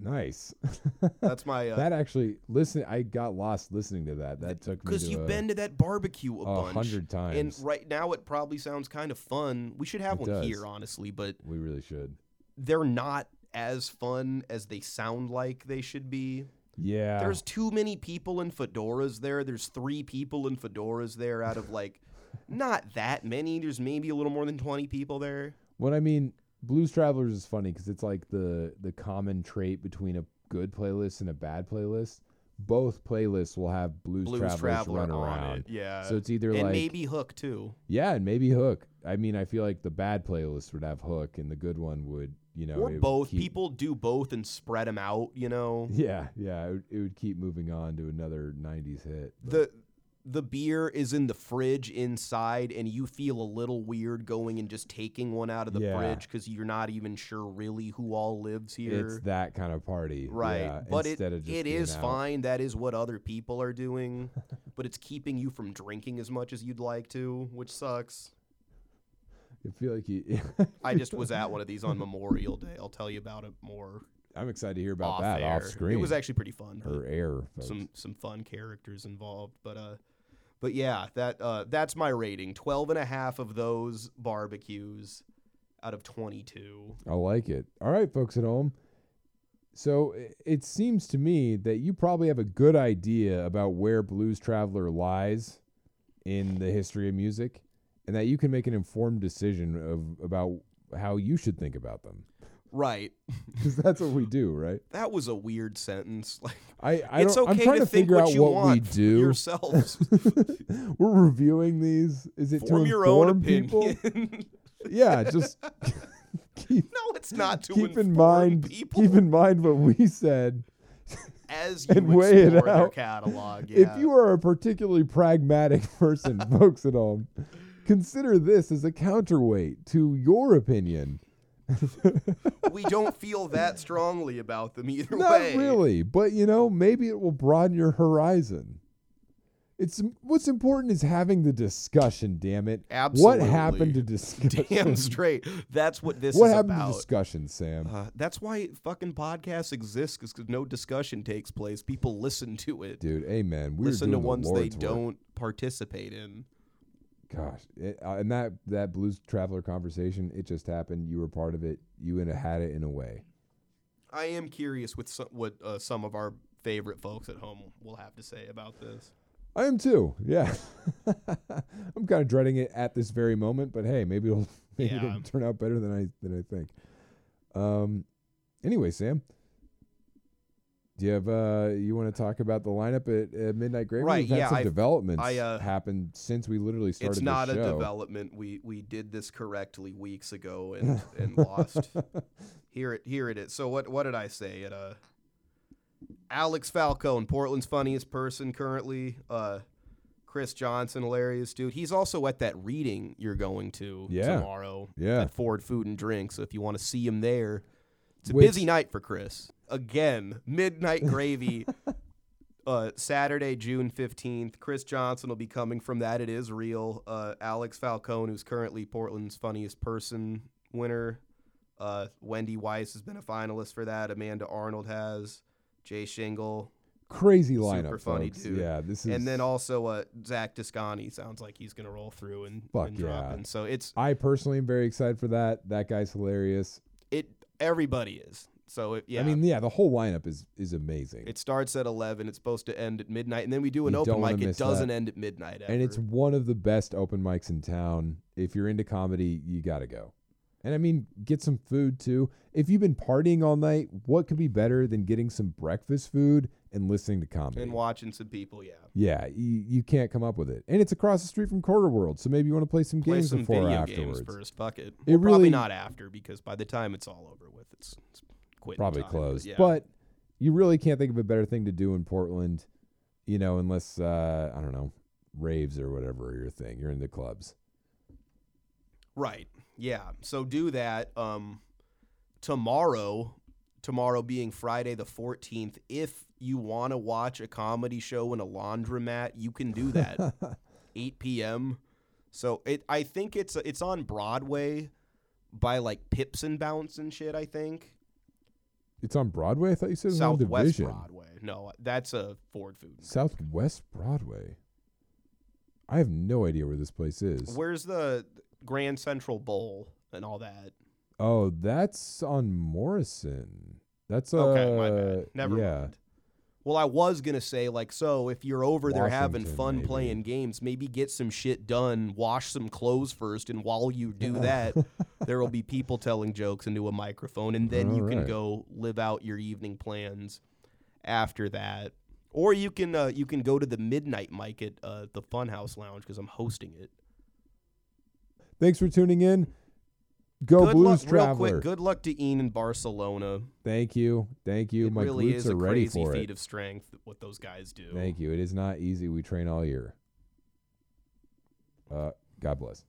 S1: Nice. (laughs)
S2: that's my uh,
S1: that actually listen. I got lost listening to that. That took me
S2: cuz
S1: to
S2: you've
S1: a,
S2: been to that barbecue a,
S1: a
S2: bunch.
S1: hundred times.
S2: And right now, it probably sounds kind of fun. We should have
S1: It
S2: one
S1: does.
S2: here, honestly, but
S1: we really should.
S2: they're not as fun as they sound like they should be.
S1: Yeah.
S2: There's too many people in fedoras there. There's three people in fedoras there out of like (laughs) not that many. There's maybe a little more than 20 people there.
S1: What I mean, Blues Travelers is funny because it's like the the common trait between a good playlist and a bad playlist. Both playlists will have Blues,
S2: Blues
S1: Travelers
S2: Traveler
S1: run
S2: on
S1: around.
S2: it. Yeah.
S1: So it's either
S2: and
S1: like
S2: maybe Hook too.
S1: yeah, and maybe Hook. I mean, I feel like the bad playlist would have Hook, and the good one would you know
S2: or
S1: it would
S2: both.
S1: keep-
S2: People do both and spread them out, you know.
S1: (laughs) Yeah, yeah, it would, it would keep moving on to another '90s hit. but-
S2: The the beer is in the fridge inside and you feel a little weird going and just taking one out of the
S1: Yeah.
S2: fridge cuz you're not even sure really who all lives here.
S1: it's that kind of party,
S2: Right.
S1: yeah,
S2: but it,
S1: instead of just
S2: it
S1: being
S2: is
S1: out.
S2: fine. That is what other people
S1: (laughs)
S2: are doing. but it's keeping you from drinking as much as you'd like to, which sucks.
S1: I feel like you. (laughs)
S2: I just was at one of these on Memorial Day. I'll tell you about it more
S1: I'm excited to hear about
S2: off
S1: that
S2: air.
S1: off screen.
S2: It was actually pretty fun. but
S1: or air. folks.
S2: some some fun characters involved, but uh but yeah, that uh that's my rating. 12 and a half of those barbecues out of 22.
S1: I like it. All right, folks at home. So i- it seems to me that you probably have a good idea about where Blues Traveler lies in the history of music, and that you can make an informed decision of about how you should think about them.
S2: Right.
S1: Because that's what we do, right?
S2: That was a weird sentence. (laughs) Like
S1: I, I
S2: it's
S1: don't,
S2: okay
S1: I'm trying
S2: to,
S1: to,
S2: think
S1: figure
S2: what
S1: out
S2: you
S1: what
S2: want
S1: we
S2: for
S1: do.
S2: yourselves.
S1: (laughs) We're reviewing these. Is it
S2: Form
S1: to
S2: your own
S1: inform people?
S2: opinion.
S1: yeah, just keep,
S2: (laughs) no, it's not to
S1: keep in
S2: inform
S1: mind.
S2: people
S1: Keep in mind what we said.
S2: as
S1: (laughs)
S2: you
S1: and weigh it
S2: explore their
S1: out.
S2: catalog. Yeah.
S1: If you are a particularly pragmatic (laughs) person, folks at home, consider this as a counterweight to your opinion.
S2: (laughs) we don't feel that strongly about them either
S1: Not
S2: way.
S1: really, but you know, maybe it will broaden your horizon. It's what's important is having the discussion. Damn it!
S2: Absolutely.
S1: What happened to discussion?
S2: (laughs) Damn straight. That's what this
S1: (laughs)
S2: is
S1: what happened
S2: about.
S1: to discussion, Sam?
S2: Uh, that's why fucking podcasts exist because no discussion takes place. People listen to it.
S1: Dude, amen. We were
S2: listen to
S1: doing the
S2: ones they
S1: Lord's work.
S2: don't participate in.
S1: Gosh, it, uh, and that that blues traveler conversation, it just happened. You were part of it. You in a, had it in a way.
S2: I am curious with some, what uh, some of our favorite folks at home will have to say about this.
S1: I am too. Yeah, (laughs) I'm kind of dreading it at this very moment, but hey, maybe it'll (laughs) maybe
S2: Yeah.
S1: it'll turn out better than I than I think. Um. Anyway, Sam, do you have uh you want to talk about the lineup at, at Midnight Gravy?
S2: Right,
S1: We've had
S2: yeah,
S1: some
S2: I've-
S1: developments
S2: I, uh,
S1: happened since we literally started.
S2: It's not
S1: this
S2: a
S1: show.
S2: development. We we did this correctly weeks ago and,
S1: (laughs)
S2: and lost. Here it here it is. So what what did I say? It uh Alex Falcone, Portland's funniest person currently. Uh Chris Johnson, hilarious dude. He's also at that reading you're going to
S1: Yeah.
S2: tomorrow
S1: Yeah.
S2: at Ford Food and Drink. So if you want to see him there, it's a
S1: Which-
S2: busy night for Chris. Again, Midnight
S1: (laughs)
S2: Gravy, uh, Saturday, June 15th. Chris Johnson will be coming from that. It is real. Uh, Alex Falcone, who's currently Portland's funniest person winner. Uh, Wendy Weiss has been a finalist for that. Amanda Arnold has. Jay Shingle.
S1: Crazy lineup,
S2: Super funny
S1: folks.
S2: dude.
S1: Yeah, this is.
S2: And then also uh, Zach Descani sounds like he's going to roll through and,
S1: Fuck
S2: and
S1: yeah.
S2: drop in. So it's
S1: I personally am very excited for that. That guy's hilarious.
S2: it everybody is. So it, yeah.
S1: I mean, yeah, the whole lineup is is amazing.
S2: It starts at eleven. It's supposed to end at midnight, and then we do an
S1: You
S2: open
S1: don't wanna
S2: mic. It
S1: miss
S2: doesn't
S1: that.
S2: end at midnight. Ever.
S1: and it's one of the best open mics in town. If you're into comedy, you got to go. And I mean, get some food too. If you've been partying all night, what could be better than getting some breakfast food and listening to comedy?
S2: and watching some people. Yeah,
S1: yeah, you, you can't come up with it. And it's across the street from Quarter World, so maybe you want to play some
S2: play
S1: games
S2: some
S1: before or
S2: video
S1: afterwards.
S2: games first. Fuck it.
S1: It
S2: Well, probably
S1: really-
S2: not after because by the time it's all over with, it's, it's quitting
S1: Probably
S2: time,
S1: closed.
S2: But, yeah.
S1: But you really can't think of a better thing to do in Portland. you know, unless uh, I don't know raves or whatever are your thing. You're in the clubs. (laughs)
S2: Right. Yeah. So do that um tomorrow, tomorrow being Friday the 14th, if you want to watch a comedy show in a laundromat, you can do
S1: (laughs)
S2: that. 8 p.m. So it I think it's it's on Broadway by like Pips and Bounce and shit, I think.
S1: It's on Broadway. I thought you said it was on
S2: Southwest
S1: Division.
S2: Broadway. No, that's a Ford food.
S1: Southwest Broadway. I have no idea where this place is.
S2: Where's the Grand Central Bowl and all that?
S1: Oh, that's on Morrison. That's uh,
S2: Okay, my bad. Never
S1: yeah. (laughs)
S2: mind. Well, I was gonna say like, so if you're over there having
S1: Washington,
S2: fun
S1: maybe.
S2: playing games, maybe get some shit done, wash some clothes first, and while you do that, there will be people telling jokes into a microphone, and then you can
S1: Alright.
S2: go live out your evening plans after that. Or you can uh, you can go to the midnight mic at uh, the Funhouse Lounge because I'm hosting it.
S1: (laughs) Thanks for tuning in. Go
S2: good
S1: Blues
S2: luck,
S1: Traveler.
S2: real quick. Good luck to Ian in Barcelona.
S1: Thank you. Thank you.
S2: it
S1: My
S2: really
S1: glutes
S2: is
S1: are
S2: a
S1: ready
S2: crazy
S1: for
S2: feat
S1: it.
S2: of strength what those guys do.
S1: Thank you. It is not easy. We train all year. Uh, God bless.